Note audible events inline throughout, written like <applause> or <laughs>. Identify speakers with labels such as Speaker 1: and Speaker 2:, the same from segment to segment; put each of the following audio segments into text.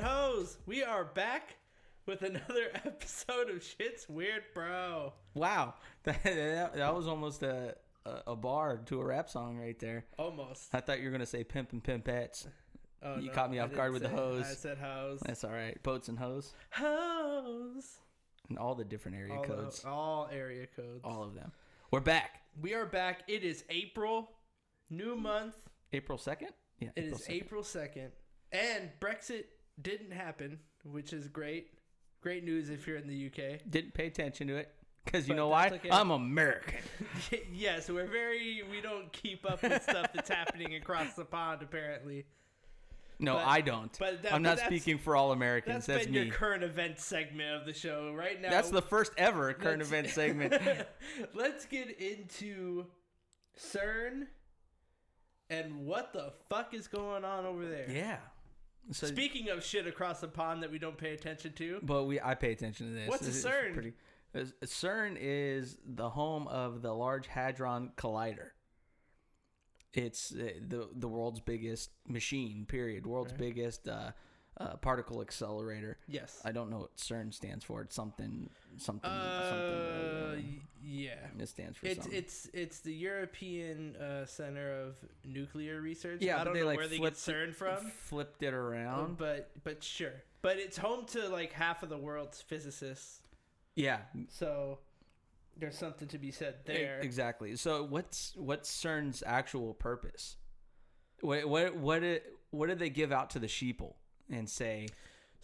Speaker 1: hoes. We are back with another <laughs> episode of Shit's Weird, Bro.
Speaker 2: Wow, <laughs> that, that, that was almost a, a a bar to a rap song right there.
Speaker 1: Almost.
Speaker 2: I thought you were gonna say pimp and pimpettes.
Speaker 1: Oh,
Speaker 2: You caught me
Speaker 1: I
Speaker 2: off guard
Speaker 1: didn't
Speaker 2: with the
Speaker 1: say-
Speaker 2: hoes.
Speaker 1: I said hoes.
Speaker 2: That's all right. Boats and hoes
Speaker 1: Hoes.
Speaker 2: and all the different area
Speaker 1: All,
Speaker 2: codes,
Speaker 1: the- uh, all area codes.
Speaker 2: all of them. We're back.
Speaker 1: We are back. It is April, new month.
Speaker 2: April second. Yeah,
Speaker 1: It is
Speaker 2: 2nd.
Speaker 1: April 2nd. And Brexit didn't happen, which is great. Great news if you're in the <laughs> UK.
Speaker 2: Didn't pay attention to it because you know why?
Speaker 1: that's okay.
Speaker 2: I'm American.
Speaker 1: yeah, so we're very we don't keep up with stuff that's happening across the pond apparently.
Speaker 2: No,
Speaker 1: But-
Speaker 2: I don't.
Speaker 1: but that-
Speaker 2: I'm
Speaker 1: but
Speaker 2: not
Speaker 1: that's-
Speaker 2: speaking for all Americans.
Speaker 1: that's
Speaker 2: That's
Speaker 1: been
Speaker 2: me.
Speaker 1: your current event segment of the show right now.
Speaker 2: That's the first ever current
Speaker 1: Let's- <laughs>
Speaker 2: event segment.
Speaker 1: Let's get into CERN and what the fuck is going on over there.
Speaker 2: yeah. So,
Speaker 1: Speaking of shit across the pond that we don't pay attention to,
Speaker 2: but we I pay attention to this.
Speaker 1: What's a
Speaker 2: It's
Speaker 1: CERN?
Speaker 2: pretty- it's- CERN is the home of the Large Hadron Collider. It's uh, the the world's biggest machine. Period. World's biggest uh, uh, particle accelerator.
Speaker 1: yes.
Speaker 2: I don't know what CERN stands for. It's something something
Speaker 1: uh,
Speaker 2: something. uh,
Speaker 1: y- yeah.
Speaker 2: It stands for
Speaker 1: It's
Speaker 2: something.
Speaker 1: it's it's the European uh, Center of Nuclear Research.
Speaker 2: Yeah,
Speaker 1: I
Speaker 2: but
Speaker 1: don't
Speaker 2: they,
Speaker 1: know
Speaker 2: like,
Speaker 1: where they get
Speaker 2: flipped-
Speaker 1: CERN from. Oh.
Speaker 2: flipped it around.
Speaker 1: but but sure. But it's home to like half of the world's physicists,
Speaker 2: yeah,
Speaker 1: so there's something to be said there.
Speaker 2: E, Exactly. So what's what's CERN's actual purpose? What what what it, what do they give out to the sheeple and say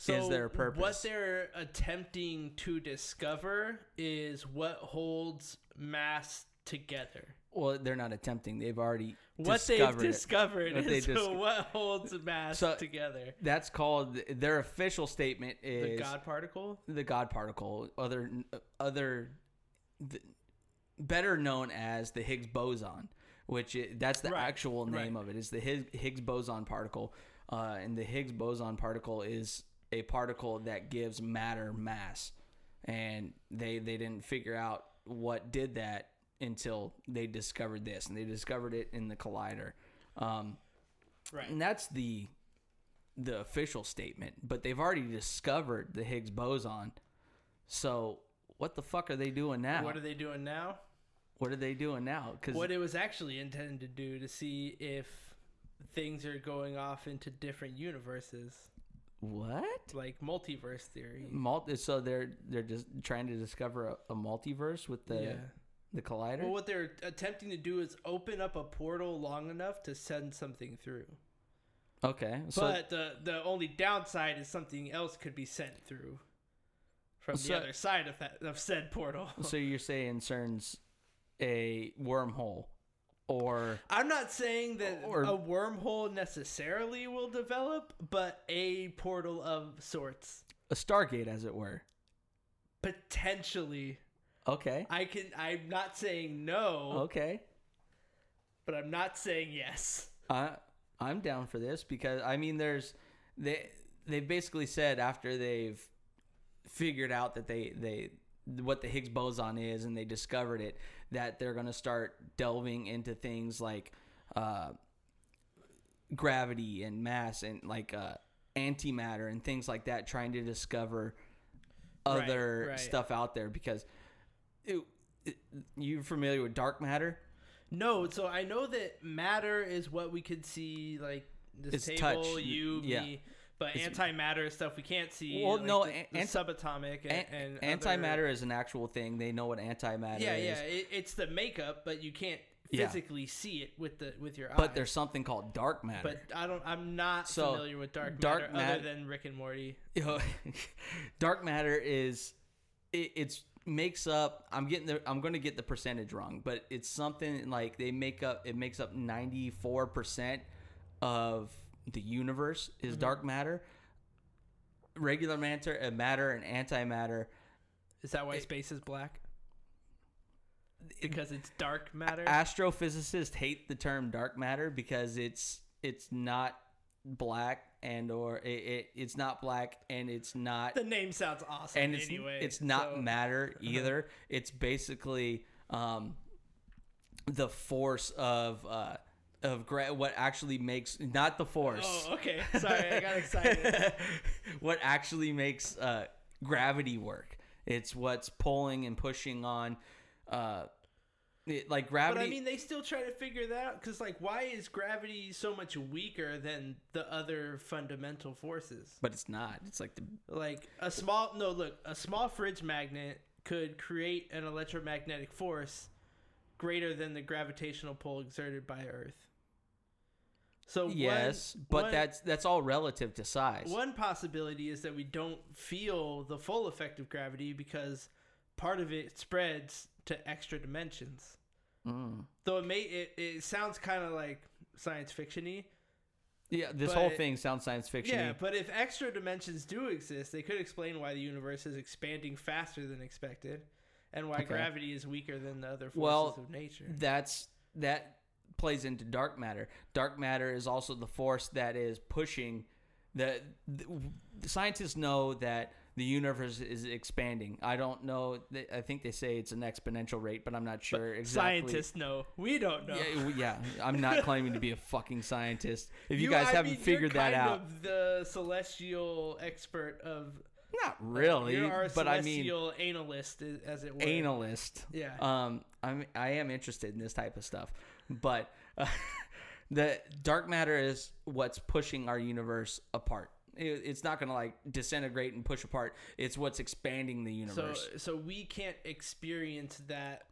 Speaker 2: is there a purpose?
Speaker 1: What they're attempting to discover is what holds mass together.
Speaker 2: well they're not attempting. They've already
Speaker 1: What
Speaker 2: discovered
Speaker 1: they've
Speaker 2: it.
Speaker 1: discovered
Speaker 2: What they
Speaker 1: is <laughs>
Speaker 2: dis-
Speaker 1: what holds mass
Speaker 2: So-
Speaker 1: together.
Speaker 2: That's called their official statement is
Speaker 1: The God particle.
Speaker 2: the God particle, other other the, better known as the Higgs boson, which it, that's the
Speaker 1: Right,
Speaker 2: actual name
Speaker 1: right.
Speaker 2: of it. Is the Higgs, Higgs boson particle, uh, and the Higgs boson particle is a particle that gives matter mass, and they they didn't figure out what did that until they discovered this, and they discovered it in the collider. Um,
Speaker 1: Right.
Speaker 2: and that's the the official statement but they've already discovered the higgs boson so what the fuck are they doing now
Speaker 1: What are they doing now?
Speaker 2: they doing now because
Speaker 1: What it was actually intended to do to see if things are going off into different universes,
Speaker 2: what
Speaker 1: like multiverse theory.
Speaker 2: Multi- so they're they're just trying to discover a, a multiverse with the
Speaker 1: Yeah.
Speaker 2: the collider
Speaker 1: Well, what they're attempting to do is open up a portal long enough to send something through.
Speaker 2: okay so
Speaker 1: but the the only downside is something else could be sent through from
Speaker 2: So-
Speaker 1: the other side of that of said portal.
Speaker 2: so you're saying cern's a wormhole or
Speaker 1: <laughs> I'm not saying that
Speaker 2: Or-
Speaker 1: a wormhole necessarily will develop, but a portal of sorts
Speaker 2: a stargate as it were
Speaker 1: potentially.
Speaker 2: okay
Speaker 1: I can. I'm not saying no,
Speaker 2: okay
Speaker 1: but I'm not saying yes.
Speaker 2: I I'm down for this because I mean there's they they've basically said after they've figured out that they they what the Higgs boson is and they discovered it that they're going to start delving into things like uh, gravity and mass and like uh, antimatter and things like that trying to discover other
Speaker 1: right.
Speaker 2: stuff out there because it, it, you're familiar with dark matter
Speaker 1: No. So I know that matter is what we could see, like this
Speaker 2: It's
Speaker 1: table,
Speaker 2: touch,
Speaker 1: you,
Speaker 2: yeah.
Speaker 1: me. But antimatter is stuff we can't see.
Speaker 2: Well,
Speaker 1: like
Speaker 2: no,
Speaker 1: the,
Speaker 2: a-
Speaker 1: the
Speaker 2: anti-
Speaker 1: subatomic and,
Speaker 2: An-
Speaker 1: and other-
Speaker 2: antimatter is an actual thing. They know what antimatter
Speaker 1: Yeah,
Speaker 2: is.
Speaker 1: yeah. It, it's the makeup, but you can't
Speaker 2: Yeah.
Speaker 1: physically see it with the with your
Speaker 2: But
Speaker 1: eye.
Speaker 2: there's something called dark <laughs> matter.
Speaker 1: But I don't. I'm not
Speaker 2: So,
Speaker 1: familiar with dark, matter,
Speaker 2: dark mat-
Speaker 1: other than Rick and Morty.
Speaker 2: dark matter is it, it's makes up. I'm getting the. I'm going to get the percentage wrong, but it's something like they make up. It makes up 94 percent of the universe is
Speaker 1: Mm-hmm.
Speaker 2: dark matter. Regular matter, uh, matter, and antimatter.
Speaker 1: Is that why space is black? Because it's dark matter.
Speaker 2: astrophysicists hate the term dark matter because it's it's not black and or it, it it's not black and it's not
Speaker 1: the name sounds awesome.
Speaker 2: and it's
Speaker 1: anyway,
Speaker 2: it's not
Speaker 1: so- <laughs>
Speaker 2: matter either. It's basically um, the force of uh, of gra- what actually makes not the force.
Speaker 1: Oh, okay. Sorry, I got
Speaker 2: <laughs>
Speaker 1: excited.
Speaker 2: what actually makes uh, gravity work? It's what's pulling and pushing on, uh, it, like
Speaker 1: But
Speaker 2: gravity.
Speaker 1: I mean, they still try to figure that out because, like, why is gravity so much weaker than the other fundamental forces?
Speaker 2: but it's not. It's like the
Speaker 1: Like a small no look, a small fridge magnet could create an electromagnetic force greater than the gravitational pull exerted by Earth. So one-
Speaker 2: yes, but
Speaker 1: one-
Speaker 2: that's that's all relative to size.
Speaker 1: one possibility is that we don't feel the full effect of gravity because part of it spreads to extra dimensions.
Speaker 2: Mm.
Speaker 1: Though it may it, it sounds kind of like science fictiony.
Speaker 2: Yeah, this whole
Speaker 1: But-
Speaker 2: thing sounds science fiction.
Speaker 1: Yeah, but if extra dimensions do exist, they could explain why the universe is expanding faster than expected and why
Speaker 2: Okay.
Speaker 1: gravity is weaker than the other forces
Speaker 2: Well,
Speaker 1: of nature.
Speaker 2: that's that plays into dark matter. Dark matter is also the force that is pushing the, the, the scientists know that the universe is expanding. I don't know. th- I think they say it's an exponential rate, but I'm not sure exactly.
Speaker 1: Scientists know. We don't know.
Speaker 2: Yeah, w- yeah, I'm not claiming to be a fucking scientist. If you,
Speaker 1: You-
Speaker 2: guys
Speaker 1: I
Speaker 2: haven't
Speaker 1: mean, you're
Speaker 2: figured that
Speaker 1: kind
Speaker 2: out,
Speaker 1: Of the celestial expert of
Speaker 2: not really.
Speaker 1: You're our
Speaker 2: But I mean,
Speaker 1: celestial analyst, i- as it were.
Speaker 2: analyst.
Speaker 1: Yeah.
Speaker 2: Um, I'm I am interested in this type of stuff, but uh, <laughs> the dark matter is what's pushing our universe apart. It, it's not gonna like disintegrate and push apart. It's what's expanding the
Speaker 1: so,
Speaker 2: universe.
Speaker 1: so we can't experience that.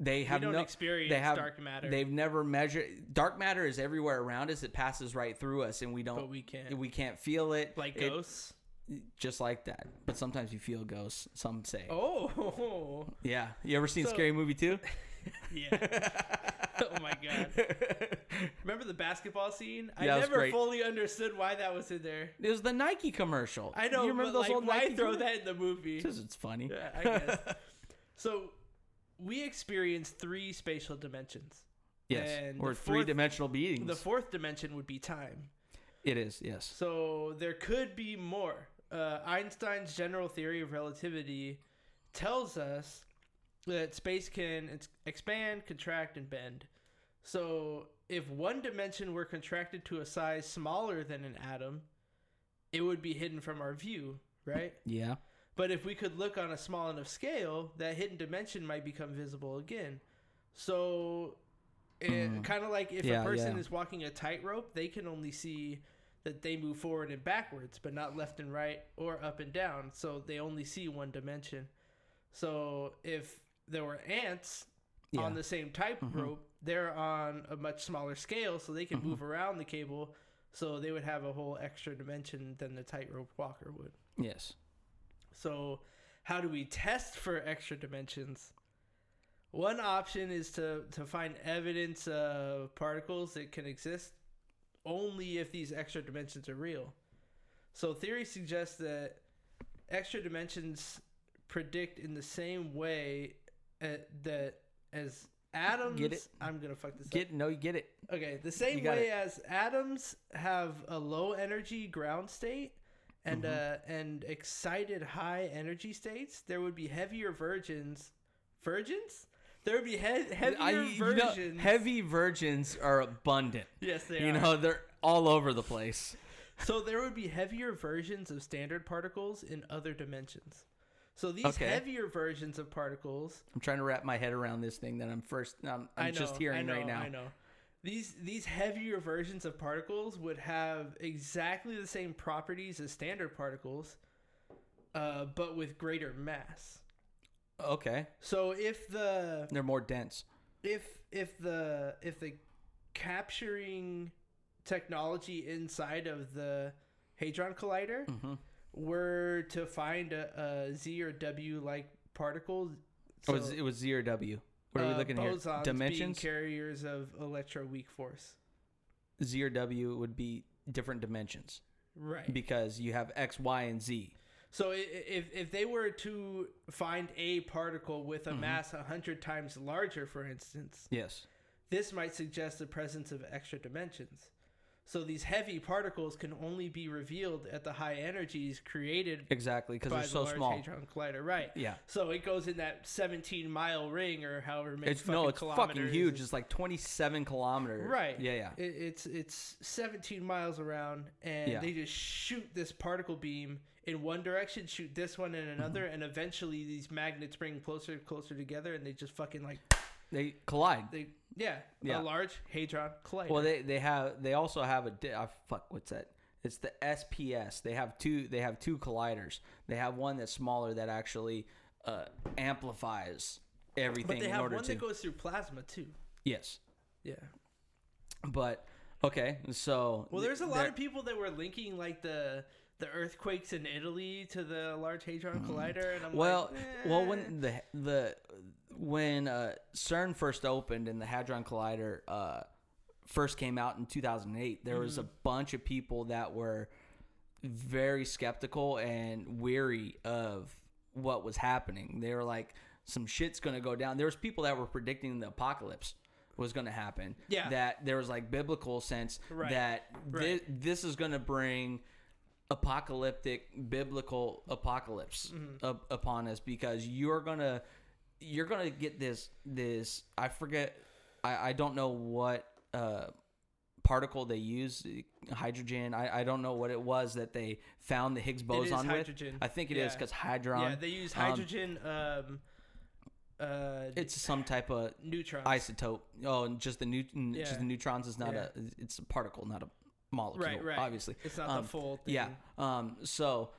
Speaker 2: they
Speaker 1: We
Speaker 2: have
Speaker 1: don't
Speaker 2: no.
Speaker 1: experience
Speaker 2: They have
Speaker 1: dark matter,
Speaker 2: They've never measured dark matter is everywhere around us. It passes right through us, and we
Speaker 1: but
Speaker 2: don't.
Speaker 1: we
Speaker 2: We,
Speaker 1: can't.
Speaker 2: can't feel it.
Speaker 1: Like
Speaker 2: It-
Speaker 1: ghosts.
Speaker 2: just like that. But sometimes you feel ghosts. Some say.
Speaker 1: Oh, <laughs>
Speaker 2: Yeah. You ever seen
Speaker 1: So-
Speaker 2: Scary
Speaker 1: <laughs>
Speaker 2: Movie Two?
Speaker 1: yeah.
Speaker 2: <laughs>
Speaker 1: oh my god. Remember the basketball scene?
Speaker 2: Yeah, it
Speaker 1: I
Speaker 2: was
Speaker 1: never
Speaker 2: great.
Speaker 1: fully understood why that was in there.
Speaker 2: It was the Nike commercial.
Speaker 1: I know.
Speaker 2: You remember
Speaker 1: but,
Speaker 2: those
Speaker 1: like,
Speaker 2: old
Speaker 1: why
Speaker 2: Nike?
Speaker 1: throw that in the movie?
Speaker 2: Because it's funny.
Speaker 1: Yeah,
Speaker 2: <laughs>
Speaker 1: I guess. so we experience three spatial dimensions.
Speaker 2: yes,
Speaker 1: And
Speaker 2: or
Speaker 1: the
Speaker 2: three
Speaker 1: fourth-
Speaker 2: dimensional beings.
Speaker 1: The fourth dimension would be time.
Speaker 2: it is yes.
Speaker 1: So there could be more. Uh, Einstein's general theory of relativity tells us that space can ex- expand, contract, and bend. So if one dimension were contracted to a size smaller than an atom, it would be hidden from our view, right?
Speaker 2: Yeah,
Speaker 1: But if we could look on a small enough scale, that hidden dimension might become visible again. So, it, kind of like if
Speaker 2: Mm-hmm. Yeah,
Speaker 1: a person
Speaker 2: yeah.
Speaker 1: is walking a tightrope, they can only see that they move forward and backwards, but not left and right or up and down. So they only see one dimension. So if there were ants
Speaker 2: yeah. Mm-hmm.
Speaker 1: on the same tightrope, they're on a much smaller scale, so they can move around the cable. So they would have a whole extra dimension than the tightrope walker would.
Speaker 2: yes.
Speaker 1: So, how do we test for extra dimensions? One option is to, to find evidence of particles that can exist only if these extra dimensions are real. So, theory suggests that extra dimensions predict in the same way uh, that as atoms.
Speaker 2: it?
Speaker 1: I'm going to fuck this up.
Speaker 2: Get no, you get it.
Speaker 1: Okay, the same
Speaker 2: You got
Speaker 1: way
Speaker 2: it.
Speaker 1: as atoms have a low energy ground state and
Speaker 2: Mm-hmm.
Speaker 1: uh, and excited high energy states, there would be heavier virgins. Virgins? There would be he- heavier
Speaker 2: I- you know,
Speaker 1: virgins.
Speaker 2: heavy virgins are abundant.
Speaker 1: yes, they
Speaker 2: you
Speaker 1: are.
Speaker 2: know, they're all over the place.
Speaker 1: So there would be heavier versions of standard particles in other dimensions. So these
Speaker 2: Okay.
Speaker 1: heavier versions of particles
Speaker 2: I'm trying to wrap my head around this thing that I'm first. I'm, I'm
Speaker 1: I know,
Speaker 2: just hearing
Speaker 1: I know,
Speaker 2: right now.
Speaker 1: I know. These these heavier versions of particles would have exactly the same properties as standard particles, uh, but with greater mass.
Speaker 2: Okay,
Speaker 1: So if the
Speaker 2: they're more dense.
Speaker 1: if if the if the capturing technology inside of the hadron collider
Speaker 2: Mhm.
Speaker 1: were to find a, a z or w like particle,
Speaker 2: it was Oh, it was zero W. What are we
Speaker 1: uh,
Speaker 2: looking
Speaker 1: bosons
Speaker 2: here? Dimensions.
Speaker 1: being carriers of electroweak force.
Speaker 2: zero W would be different dimensions
Speaker 1: Right.
Speaker 2: because you have X, Y, and Z.
Speaker 1: So i- i- if if they were to find a particle with a
Speaker 2: Mm-hmm.
Speaker 1: mass a mass 100 times larger for instance,
Speaker 2: Yes.
Speaker 1: this might suggest the presence of extra dimensions. So these heavy particles can only be revealed at the high energies created
Speaker 2: Exactly, because
Speaker 1: by
Speaker 2: they're
Speaker 1: the
Speaker 2: so
Speaker 1: Large
Speaker 2: small.
Speaker 1: Hadron Collider, right?
Speaker 2: Yeah.
Speaker 1: So it goes in that 17 mile ring or however many.
Speaker 2: It's no, it's fucking
Speaker 1: kilometers.
Speaker 2: huge. It's like 27 kilometers.
Speaker 1: Right.
Speaker 2: Yeah, yeah.
Speaker 1: It, it's it's 17 miles around, and
Speaker 2: Yeah.
Speaker 1: they just shoot this particle beam in one direction, shoot this one in
Speaker 2: Mm-hmm.
Speaker 1: another, and eventually these magnets bring closer and closer together, and they just fucking like
Speaker 2: They collide.
Speaker 1: they yeah,
Speaker 2: Yeah.
Speaker 1: a large hadron collider.
Speaker 2: Well, they they have they also have a di- uh, fuck. What's that? It's the SPS. They have two. They have two colliders. They have one that's smaller that actually uh, amplifies everything
Speaker 1: but they
Speaker 2: in
Speaker 1: have
Speaker 2: order
Speaker 1: one
Speaker 2: to.
Speaker 1: that goes through plasma too.
Speaker 2: yes,
Speaker 1: Yeah.
Speaker 2: but okay. So
Speaker 1: Well, there's a lot
Speaker 2: they're-
Speaker 1: of people that were linking like the the earthquakes in Italy to the Large Hadron Collider, and I'm
Speaker 2: Mm-hmm. Well,
Speaker 1: like,
Speaker 2: well,
Speaker 1: eh.
Speaker 2: when the the when uh, CERN first opened and the Hadron Collider uh, first came out in 2008, there was a
Speaker 1: Mm-hmm.
Speaker 2: bunch of people that were very skeptical and weary of what was happening. They were like, "Some shit's gonna go down." There was people that were predicting the apocalypse was gonna happen.
Speaker 1: Yeah.
Speaker 2: that there was like biblical sense
Speaker 1: Right.
Speaker 2: that thi-
Speaker 1: Right.
Speaker 2: this is gonna bring apocalyptic biblical apocalypse
Speaker 1: Mm-hmm.
Speaker 2: up, upon us because you're gonna you're gonna get this this i forget i i don't know what uh particle they used hydrogen i i don't know what it was that they found the higgs
Speaker 1: is
Speaker 2: boson with
Speaker 1: hydrogen.
Speaker 2: i think it is
Speaker 1: Yeah.
Speaker 2: because hydron
Speaker 1: yeah, they use
Speaker 2: um,
Speaker 1: hydrogen. Um, uh,
Speaker 2: it's some type of
Speaker 1: neutrons.
Speaker 2: isotope oh and just the newton
Speaker 1: Yeah.
Speaker 2: just the neutrons is not
Speaker 1: Yeah.
Speaker 2: a it's a particle not a molecule
Speaker 1: right, right.
Speaker 2: obviously
Speaker 1: it's not
Speaker 2: Um,
Speaker 1: the full thing.
Speaker 2: Yeah. Um, so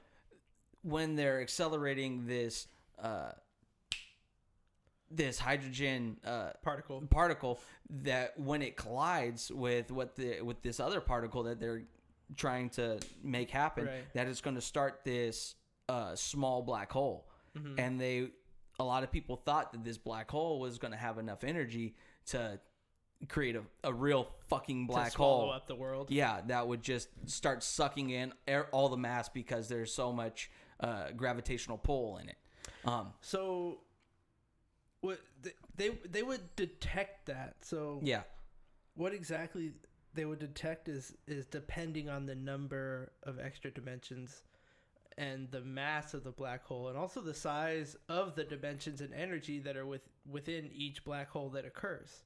Speaker 2: when they're accelerating this uh, this hydrogen uh,
Speaker 1: particle.
Speaker 2: particle, that when it collides with what the with this other particle that they're trying to make happen,
Speaker 1: Right.
Speaker 2: that it's going to start this uh, small black hole,
Speaker 1: Mm-hmm.
Speaker 2: and they a lot of people thought that this black hole was going to have enough energy to create a, a real fucking black
Speaker 1: to swallow
Speaker 2: hole
Speaker 1: up the world.
Speaker 2: yeah, that would just start sucking in air, all the mass because there's so much uh, gravitational pull in it. Um,
Speaker 1: So, what th- they they would detect that. So
Speaker 2: yeah,
Speaker 1: what exactly they would detect is is depending on the number of extra dimensions and the mass of the black hole and also the size of the dimensions and energy that are with within each black hole that occurs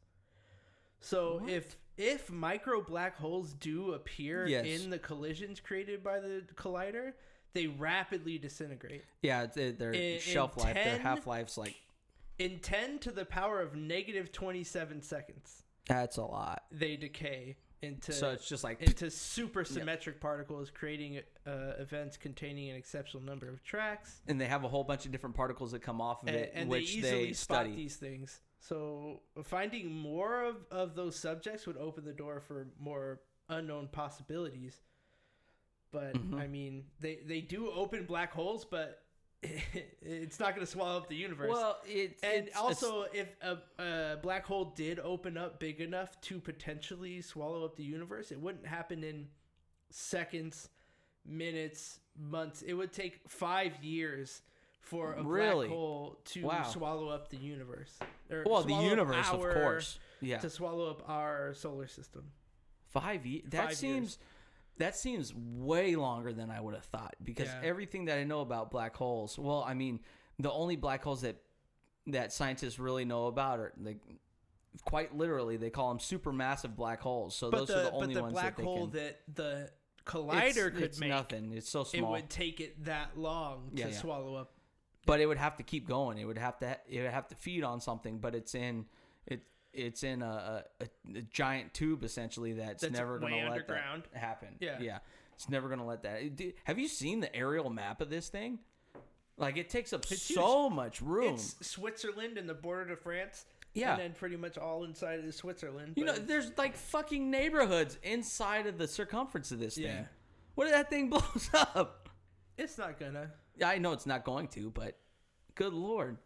Speaker 1: so
Speaker 2: What?
Speaker 1: if if micro black holes do appear
Speaker 2: Yes.
Speaker 1: in the collisions created by the collider they rapidly disintegrate
Speaker 2: yeah, it's, it, their
Speaker 1: In- in
Speaker 2: shelf life, their
Speaker 1: 10
Speaker 2: half life's like
Speaker 1: in 10 to the power of negative 27 seconds
Speaker 2: that's a lot.
Speaker 1: they decay into
Speaker 2: So it's just like
Speaker 1: into supersymmetric particles, creating uh, events containing an exceptional number of tracks,
Speaker 2: and they have a whole bunch of different particles that come off of
Speaker 1: and,
Speaker 2: it,
Speaker 1: and
Speaker 2: which
Speaker 1: they
Speaker 2: they,
Speaker 1: easily spot
Speaker 2: study.
Speaker 1: these things. So finding more of, of those subjects would open the door for more unknown possibilities. But
Speaker 2: Mm-hmm.
Speaker 1: I mean, they they do open black holes, but <laughs> it's not going to swallow up the universe.
Speaker 2: Well, it,
Speaker 1: and
Speaker 2: it's-
Speaker 1: also, if a, a black hole did open up big enough to potentially swallow up the universe, it wouldn't happen in seconds, minutes, months. It would take five years for a
Speaker 2: Really?
Speaker 1: black hole to
Speaker 2: Wow.
Speaker 1: swallow up the universe. Or
Speaker 2: it's- well, the
Speaker 1: swallow up
Speaker 2: universe,
Speaker 1: our-
Speaker 2: of course. Yeah,
Speaker 1: To swallow up our solar system.
Speaker 2: five years. That
Speaker 1: Five
Speaker 2: seems.
Speaker 1: years.
Speaker 2: That seems way longer than I would have thought because
Speaker 1: Yeah.
Speaker 2: everything that I know about black holes, well, I mean, the only black holes that that scientists really know about are like quite literally they call them supermassive black holes. So
Speaker 1: But
Speaker 2: those
Speaker 1: the,
Speaker 2: are the only
Speaker 1: but the
Speaker 2: ones
Speaker 1: black
Speaker 2: that they
Speaker 1: hole
Speaker 2: can.
Speaker 1: that the collider
Speaker 2: It's-
Speaker 1: could
Speaker 2: it's
Speaker 1: make,
Speaker 2: nothing. It's so
Speaker 1: it
Speaker 2: small,
Speaker 1: would take it that long to
Speaker 2: Yeah, yeah.
Speaker 1: swallow up.
Speaker 2: but it would have to keep going. It would have to. It would have to feed on something, but it's in it. It's in a, a, a giant tube essentially that's,
Speaker 1: That's
Speaker 2: never going
Speaker 1: way
Speaker 2: to let
Speaker 1: underground.
Speaker 2: that happen.
Speaker 1: Yeah.
Speaker 2: yeah. It's never going to let that. it- do- have you seen the aerial map of this thing? Like it takes up
Speaker 1: It's
Speaker 2: so much room.
Speaker 1: It's Switzerland and the border to France.
Speaker 2: Yeah.
Speaker 1: And then pretty much all inside of Switzerland.
Speaker 2: You know,
Speaker 1: but
Speaker 2: there's like fucking neighborhoods inside of the circumference of this
Speaker 1: Yeah.
Speaker 2: thing. What if that thing <laughs> blows up?
Speaker 1: it's not gonna.
Speaker 2: Yeah, I know it's not going to, but good lord.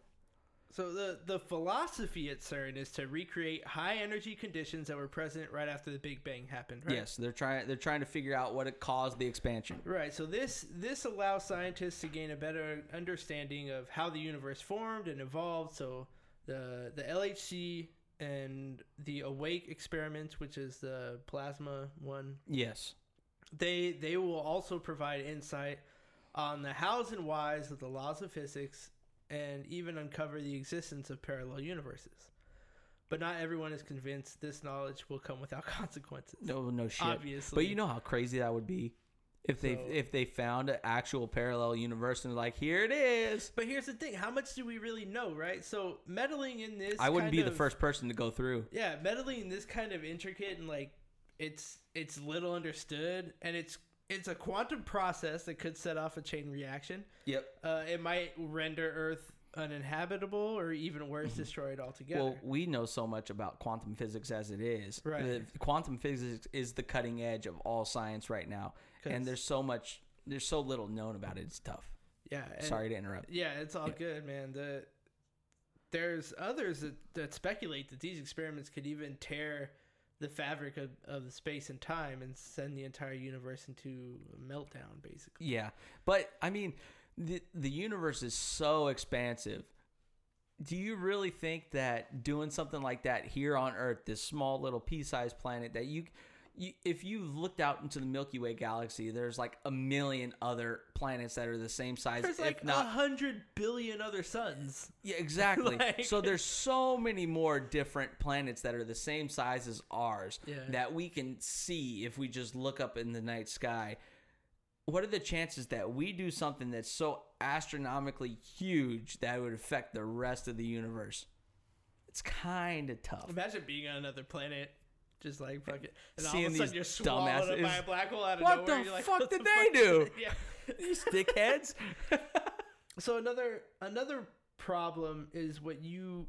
Speaker 1: So the the philosophy at CERN is to recreate high energy conditions that were present right after the Big Bang happened, right?
Speaker 2: Yes, they're trying. They're trying to figure out what it caused the expansion.
Speaker 1: Right. So this this allows scientists to gain a better understanding of how the universe formed and evolved. So the the LHC and the awake experiments, which is the plasma one,
Speaker 2: Yes.
Speaker 1: they they will also provide insight on the hows and whys of the laws of physics and even uncover the existence of parallel universes. But not everyone is convinced this knowledge will come without <laughs> consequences.
Speaker 2: No, no shit.
Speaker 1: Obviously.
Speaker 2: But you know how crazy that would be if they
Speaker 1: So-
Speaker 2: if they found an actual parallel universe and like here it is.
Speaker 1: But here's the thing: how much do we really know, right? So meddling in this,
Speaker 2: I wouldn't
Speaker 1: kind
Speaker 2: be the
Speaker 1: of-
Speaker 2: first person to go through.
Speaker 1: Yeah, meddling in this kind of intricate and like it's it's little understood, and it's it's a quantum process that could set off a chain reaction.
Speaker 2: Yep.
Speaker 1: Uh, it might render Earth uninhabitable, or even worse, destroy it altogether.
Speaker 2: Mm-hmm. Well, we know so much about quantum physics as it is.
Speaker 1: Right.
Speaker 2: The- quantum physics is the cutting edge of all science right now,
Speaker 1: 'Cause-
Speaker 2: and there's so much, there's so little known about it. It's tough.
Speaker 1: yeah, and-
Speaker 2: Sorry to interrupt.
Speaker 1: Yeah, it's all good, man. The there's others that, that speculate that these experiments could even tear the fabric of, of the space and time and send the entire universe into a meltdown, basically.
Speaker 2: Yeah, but I mean, the the universe is so expansive. Do you really think that doing something like that here on Earth, this small little pea-sized planet, that you, you if you looked out into the Milky Way galaxy, there's like a million other planets that are the same size,
Speaker 1: There's
Speaker 2: if
Speaker 1: like a
Speaker 2: not
Speaker 1: hundred billion other suns.
Speaker 2: Yeah,
Speaker 1: <laughs>
Speaker 2: exactly.
Speaker 1: Like-
Speaker 2: so there's so many more different planets that are the same size as ours
Speaker 1: Yeah.
Speaker 2: that we can see if we just look up in the night sky. What are the chances that we do something that's so astronomically huge that it would affect the rest of the universe? It's kind of tough.
Speaker 1: Imagine being on another planet, just like fucking, and all
Speaker 2: Seeing
Speaker 1: of a
Speaker 2: these
Speaker 1: sudden you're swallowed up
Speaker 2: dumbasses.
Speaker 1: by a black hole out of
Speaker 2: What
Speaker 1: nowhere.
Speaker 2: the
Speaker 1: you're like,
Speaker 2: fuck
Speaker 1: what
Speaker 2: did
Speaker 1: the
Speaker 2: they
Speaker 1: fuck
Speaker 2: do?
Speaker 1: <laughs> yeah.
Speaker 2: These dickheads.
Speaker 1: So another another problem is what you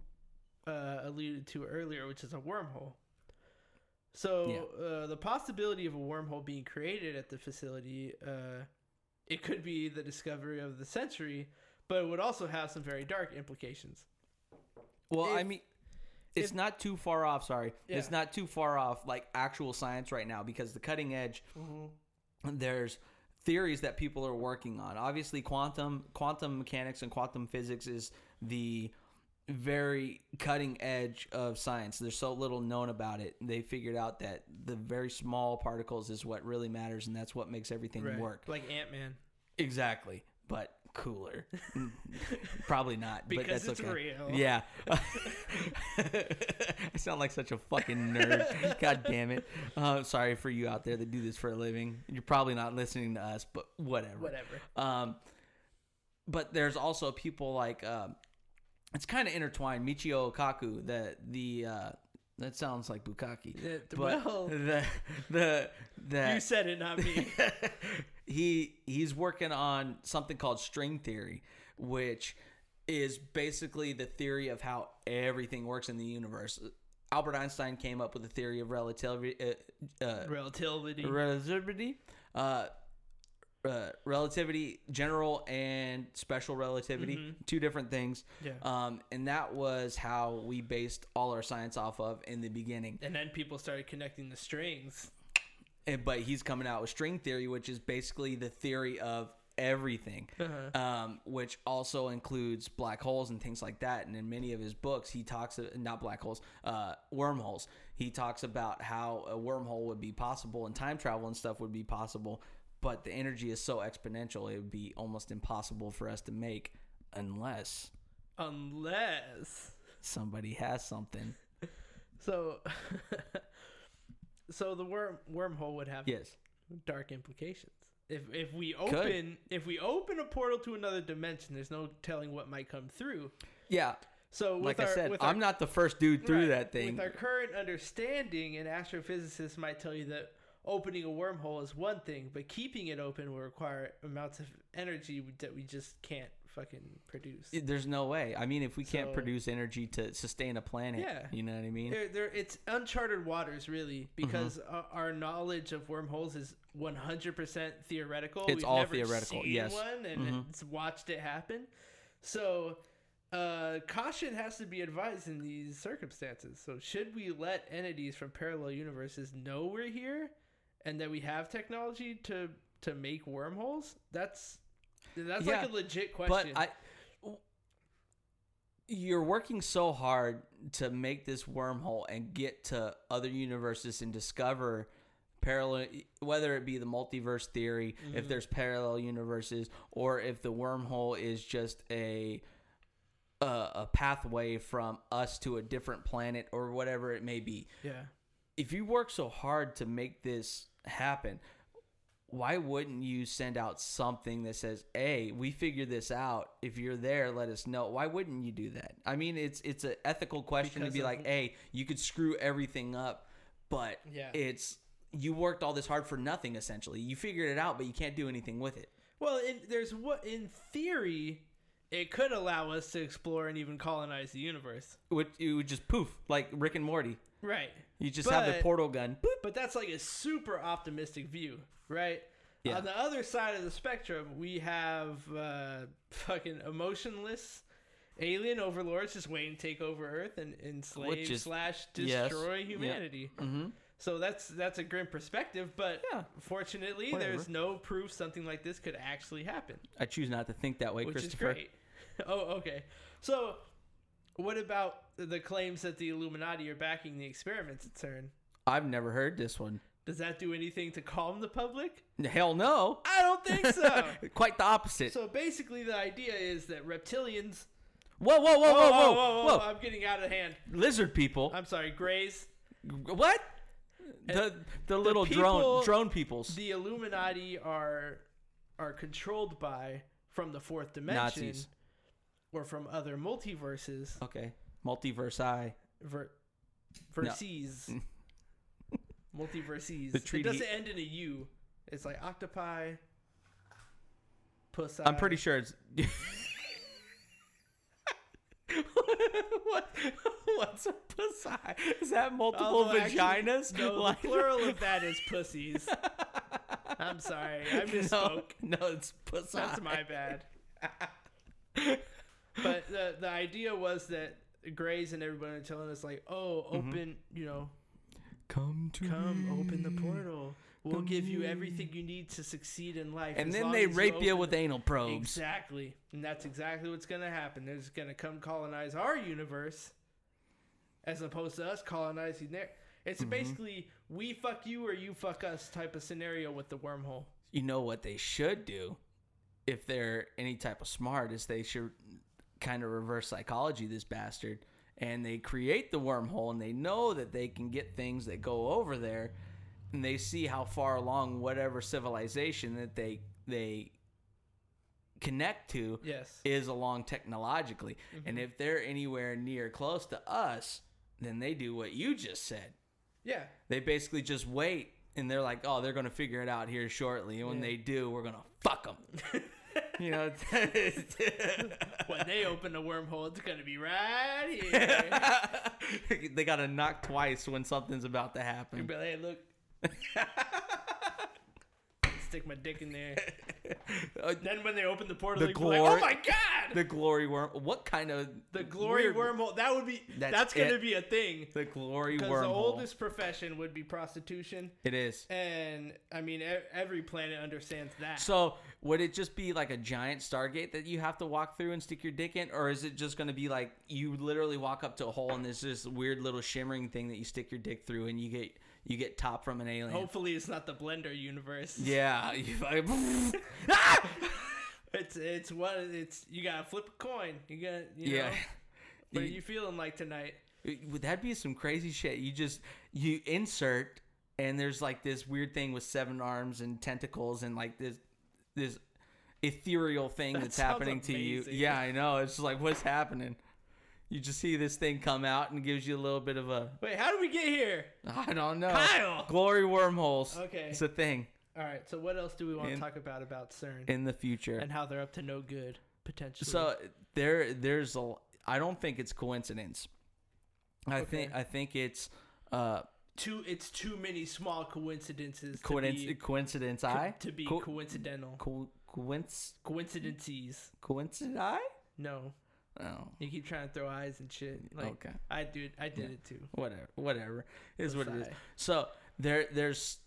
Speaker 1: uh, alluded to earlier, which is a wormhole. So uh, the possibility of a wormhole being created at the facility, uh, it could be the discovery of the century, but it would also have some very dark implications.
Speaker 2: Well, I
Speaker 1: If-
Speaker 2: mean, it's
Speaker 1: if-
Speaker 2: not too far off. Sorry, it's
Speaker 1: Yeah.
Speaker 2: not too far off like actual science right now because the cutting edge.
Speaker 1: Mm-hmm.
Speaker 2: There's theories that people are working on. Obviously, quantum quantum mechanics and quantum physics is the very cutting edge of science. There's so little known about it. They figured out that the very small particles is what really matters, and that's what makes everything work.
Speaker 1: like Ant Man,
Speaker 2: Exactly, but cooler. <laughs> Probably not, but
Speaker 1: Because
Speaker 2: that's
Speaker 1: it's
Speaker 2: okay.
Speaker 1: real.
Speaker 2: Yeah. <laughs> I sound like such a
Speaker 1: <laughs>
Speaker 2: fucking nerd. God damn it. Uh, sorry for you out there that do this for a living. You're probably not listening to us, but whatever.
Speaker 1: whatever.
Speaker 2: Um, but there's also people like um, it's kind of intertwined. Michio Kaku, the the uh, that sounds like Bukaki.
Speaker 1: That-
Speaker 2: but
Speaker 1: well-
Speaker 2: the the that
Speaker 1: You said it, not
Speaker 2: <laughs>
Speaker 1: me. <laughs>
Speaker 2: he he's working on something called string theory, which is basically the theory of how everything works in the universe. Albert Einstein came up with the theory of relativity. Uh, uh,
Speaker 1: Relativity.
Speaker 2: relativity, uh, uh, relativity, general and special relativity, two different things.
Speaker 1: Yeah.
Speaker 2: Um, and that was how we based all our science off of in the beginning.
Speaker 1: and then people started connecting the strings.
Speaker 2: And, but he's coming out with string theory, which is basically the theory of everything,
Speaker 1: Uh-huh.
Speaker 2: um, which also includes black holes and things like that. And in many of his books, he talks not black holes, uh, wormholes. He talks about how a wormhole would be possible and time travel and stuff would be possible, but the energy is so exponential, it would be almost impossible for us to make unless
Speaker 1: Unless.
Speaker 2: somebody has something.
Speaker 1: So, <laughs> so the worm wormhole would have
Speaker 2: Yes.
Speaker 1: dark implications. If if we open if we open a portal to another dimension, there's no telling what might come through.
Speaker 2: Yeah.
Speaker 1: So with
Speaker 2: Like
Speaker 1: our,
Speaker 2: I said,
Speaker 1: with our,
Speaker 2: I'm not the first dude through
Speaker 1: right,
Speaker 2: that thing.
Speaker 1: With our current understanding, an astrophysicist might tell you that opening a wormhole is one thing, but keeping it open will require amounts of energy that we just can't fucking produce.
Speaker 2: There's no way. I mean, if we can't
Speaker 1: So-
Speaker 2: produce energy to sustain a planet,
Speaker 1: Yeah.
Speaker 2: you know what I mean?
Speaker 1: There, there, it's uncharted waters,
Speaker 2: Mm-hmm.
Speaker 1: really, because our, our knowledge of wormholes is 100% theoretical.
Speaker 2: It's all
Speaker 1: never
Speaker 2: theoretical,
Speaker 1: seen
Speaker 2: yes. Mm-hmm.
Speaker 1: one and it's watched it happen. So, uh, caution has to be advised in these circumstances. So, should we let entities from parallel universes know we're here and that we have technology to to make wormholes? That's that's
Speaker 2: Yeah,
Speaker 1: like a legit
Speaker 2: but
Speaker 1: question.
Speaker 2: I, w- you're working so hard to make this wormhole and get to other universes and discover parallel whether it be the multiverse theory
Speaker 1: Mm-hmm.
Speaker 2: if there's parallel universes or if the wormhole is just a a, a pathway from us to a different planet or whatever it may be
Speaker 1: Yeah.
Speaker 2: if you work so hard to make this happen, why wouldn't you send out something that says, "Hey, we figured this out. If you're there, let us know." Why wouldn't you do that? I mean, it's it's an ethical question
Speaker 1: Because
Speaker 2: to be
Speaker 1: of-
Speaker 2: like, "Hey, you could screw everything up, but
Speaker 1: Yeah.
Speaker 2: it's you worked all this hard for nothing essentially. You figured it out, but you can't do anything with it."
Speaker 1: Well, in, there's what in theory it could allow us to explore and even colonize the universe.
Speaker 2: It would, it would just poof, like Rick and Morty.
Speaker 1: Right.
Speaker 2: You just have the
Speaker 1: But-
Speaker 2: portal gun. Boop.
Speaker 1: But that's like a super optimistic view, right?
Speaker 2: Yeah.
Speaker 1: On the other side of the spectrum, we have uh, fucking emotionless alien overlords just waiting to take over Earth and enslave
Speaker 2: Which is-
Speaker 1: slash
Speaker 2: yes.
Speaker 1: destroy
Speaker 2: Yeah.
Speaker 1: humanity.
Speaker 2: Mm-hmm.
Speaker 1: So that's that's a grim perspective, but
Speaker 2: Yeah.
Speaker 1: fortunately,
Speaker 2: Whatever.
Speaker 1: there's no proof something like this could actually happen
Speaker 2: I choose not to think that way,
Speaker 1: which is
Speaker 2: Christopher.
Speaker 1: great. <laughs> oh, okay. So, what about the claims that the Illuminati are backing the experiments at CERN?
Speaker 2: I've never heard this one.
Speaker 1: Does that do anything to calm the public?
Speaker 2: Hell no.
Speaker 1: I don't think so.
Speaker 2: <laughs> Quite the opposite.
Speaker 1: so basically, the idea is that reptilians. Oh,
Speaker 2: whoa, whoa, whoa, whoa, whoa, whoa,
Speaker 1: I'm getting out of hand.
Speaker 2: Lizard people.
Speaker 1: I'm sorry, Greys.
Speaker 2: what? The the little
Speaker 1: Uh, people-
Speaker 2: drone drone peoples.
Speaker 1: The Illuminati are are controlled by from the fourth dimension
Speaker 2: Nazis.
Speaker 1: or from other multiverses.
Speaker 2: Okay. Multiverse eye.
Speaker 1: Ver-
Speaker 2: <laughs>
Speaker 1: verses. Multiverses.
Speaker 2: The
Speaker 1: it
Speaker 2: treaty-
Speaker 1: doesn't end in a U. It's like octopi. Puss.
Speaker 2: I'm pretty
Speaker 1: <laughs>
Speaker 2: sure it's what, what's a pussy? Is that multiple
Speaker 1: Although actually,
Speaker 2: vaginas?
Speaker 1: No, the
Speaker 2: Like- <laughs>
Speaker 1: plural of that is pussies. I'm sorry, I misspoke.
Speaker 2: No, no, it's pussy.
Speaker 1: That's my
Speaker 2: <laughs>
Speaker 1: bad. but the the idea was that Grays and everyone are telling us like, oh,
Speaker 2: Mm-hmm.
Speaker 1: open, you know,
Speaker 2: Come to
Speaker 1: come,
Speaker 2: me.
Speaker 1: open the portal. We'll give you everything you need to succeed in life.
Speaker 2: And
Speaker 1: as
Speaker 2: then
Speaker 1: long
Speaker 2: they
Speaker 1: as
Speaker 2: rape you
Speaker 1: open
Speaker 2: with anal probes.
Speaker 1: Exactly. And that's exactly what's going to happen. They're just going to come colonize our universe as opposed to us colonizing their. It's
Speaker 2: Mm-hmm.
Speaker 1: basically we fuck you or you fuck us type of scenario with the wormhole.
Speaker 2: you know what they should do if they're any type of smart is they should kind of reverse psychology this bastard and they create the wormhole and they know that they can get things that go over there and they see how far along whatever civilization that they they connect to
Speaker 1: Yes.
Speaker 2: is along technologically and if they're anywhere near close to us then they do what you just said
Speaker 1: Yeah.
Speaker 2: they basically just wait and they're like, oh, they're going to figure it out here shortly. And when
Speaker 1: Yeah.
Speaker 2: they do, we're going to
Speaker 1: <laughs>
Speaker 2: fuck them. you know? it's- <laughs>
Speaker 1: When they open the wormhole, it's going to be right
Speaker 2: <laughs>
Speaker 1: here.
Speaker 2: they got to knock twice when something's about to
Speaker 1: You'll
Speaker 2: happen.
Speaker 1: be like, hey, look. Stick my dick in there.
Speaker 2: Uh,
Speaker 1: Then when they open the portal,
Speaker 2: The
Speaker 1: they'll be like, oh
Speaker 2: glory-
Speaker 1: my God!
Speaker 2: the glory worm. What kind of.
Speaker 1: The, glory
Speaker 2: weird-
Speaker 1: wormhole. That would be,
Speaker 2: That's
Speaker 1: that's going to
Speaker 2: it.
Speaker 1: be a thing.
Speaker 2: The glory
Speaker 1: Because
Speaker 2: wormhole.
Speaker 1: the oldest profession would be prostitution,
Speaker 2: it is.
Speaker 1: and I mean e- every planet understands that.
Speaker 2: So would it just be like a giant Stargate that you have to walk through and stick your dick in, or is it just going to be like you literally walk up to a hole and there's this weird little shimmering thing that you stick your dick through and you get you get top from an alien?
Speaker 1: Hopefully, it's not the Blender universe.
Speaker 2: Yeah, <laughs> you fucking- Ah!
Speaker 1: <laughs> It's it's what it's you gotta flip a coin. You gotta you <laughs>
Speaker 2: yeah.
Speaker 1: know. What are you feeling like tonight?
Speaker 2: Would that be some crazy shit? You just you insert and there's like this weird thing with seven arms and tentacles and like this this ethereal thing that's
Speaker 1: sounds
Speaker 2: happening to you.
Speaker 1: amazing.
Speaker 2: Yeah, I know. It's just like what's happening? You just see this thing come out and gives you a little bit of a
Speaker 1: Wait, how did we get here?
Speaker 2: I don't know.
Speaker 1: Kyle!
Speaker 2: Glory wormholes.
Speaker 1: Okay.
Speaker 2: It's a thing
Speaker 1: All right. So what else do we want to
Speaker 2: In-
Speaker 1: talk about about CERN
Speaker 2: in the future.
Speaker 1: and how they're up to no good potentially?
Speaker 2: So there, there's a. I don't think it's coincidence. I think I think it's uh
Speaker 1: too it's too many small coincidences. To be,
Speaker 2: coincidence. Coincidence. I
Speaker 1: to be
Speaker 2: Co-
Speaker 1: coincidental
Speaker 2: co- coinc
Speaker 1: coincidences.
Speaker 2: coincidence. I.
Speaker 1: No,
Speaker 2: Oh.
Speaker 1: you keep trying to throw eyes and shit. Like
Speaker 2: okay.
Speaker 1: I do. I did it too.
Speaker 2: Whatever. Whatever is what it is.
Speaker 1: Sigh.
Speaker 2: So there, there's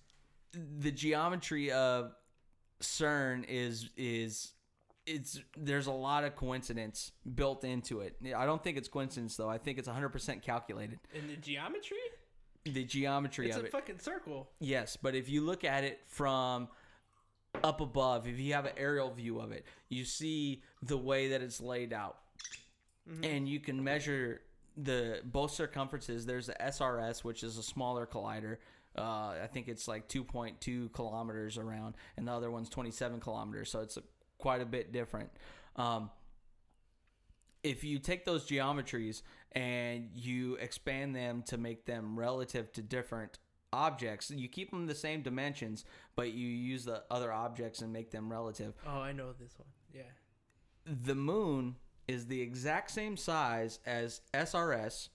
Speaker 2: the geometry of CERN is is it's there's a lot of coincidence built into it. I don't think it's coincidence though. I think it's 100% calculated.
Speaker 1: In the geometry?
Speaker 2: The geometry
Speaker 1: It's
Speaker 2: of
Speaker 1: a
Speaker 2: it.
Speaker 1: fucking circle.
Speaker 2: Yes, but if you look at it from up above, if you have an aerial view of it, you see the way that it's laid out, and you can measure the both circumferences. There's the SRS, which is a smaller collider. Uh, I think it's like 2.2 kilometers around, and the other one's 27 kilometers, so it's a, quite a bit different. Um, if you take those geometries and you expand them to make them relative to different objects, you keep them the same dimensions, but you use the other objects and make them relative.
Speaker 1: Oh, I know this one. Yeah.
Speaker 2: The moon is the exact same size as SRS,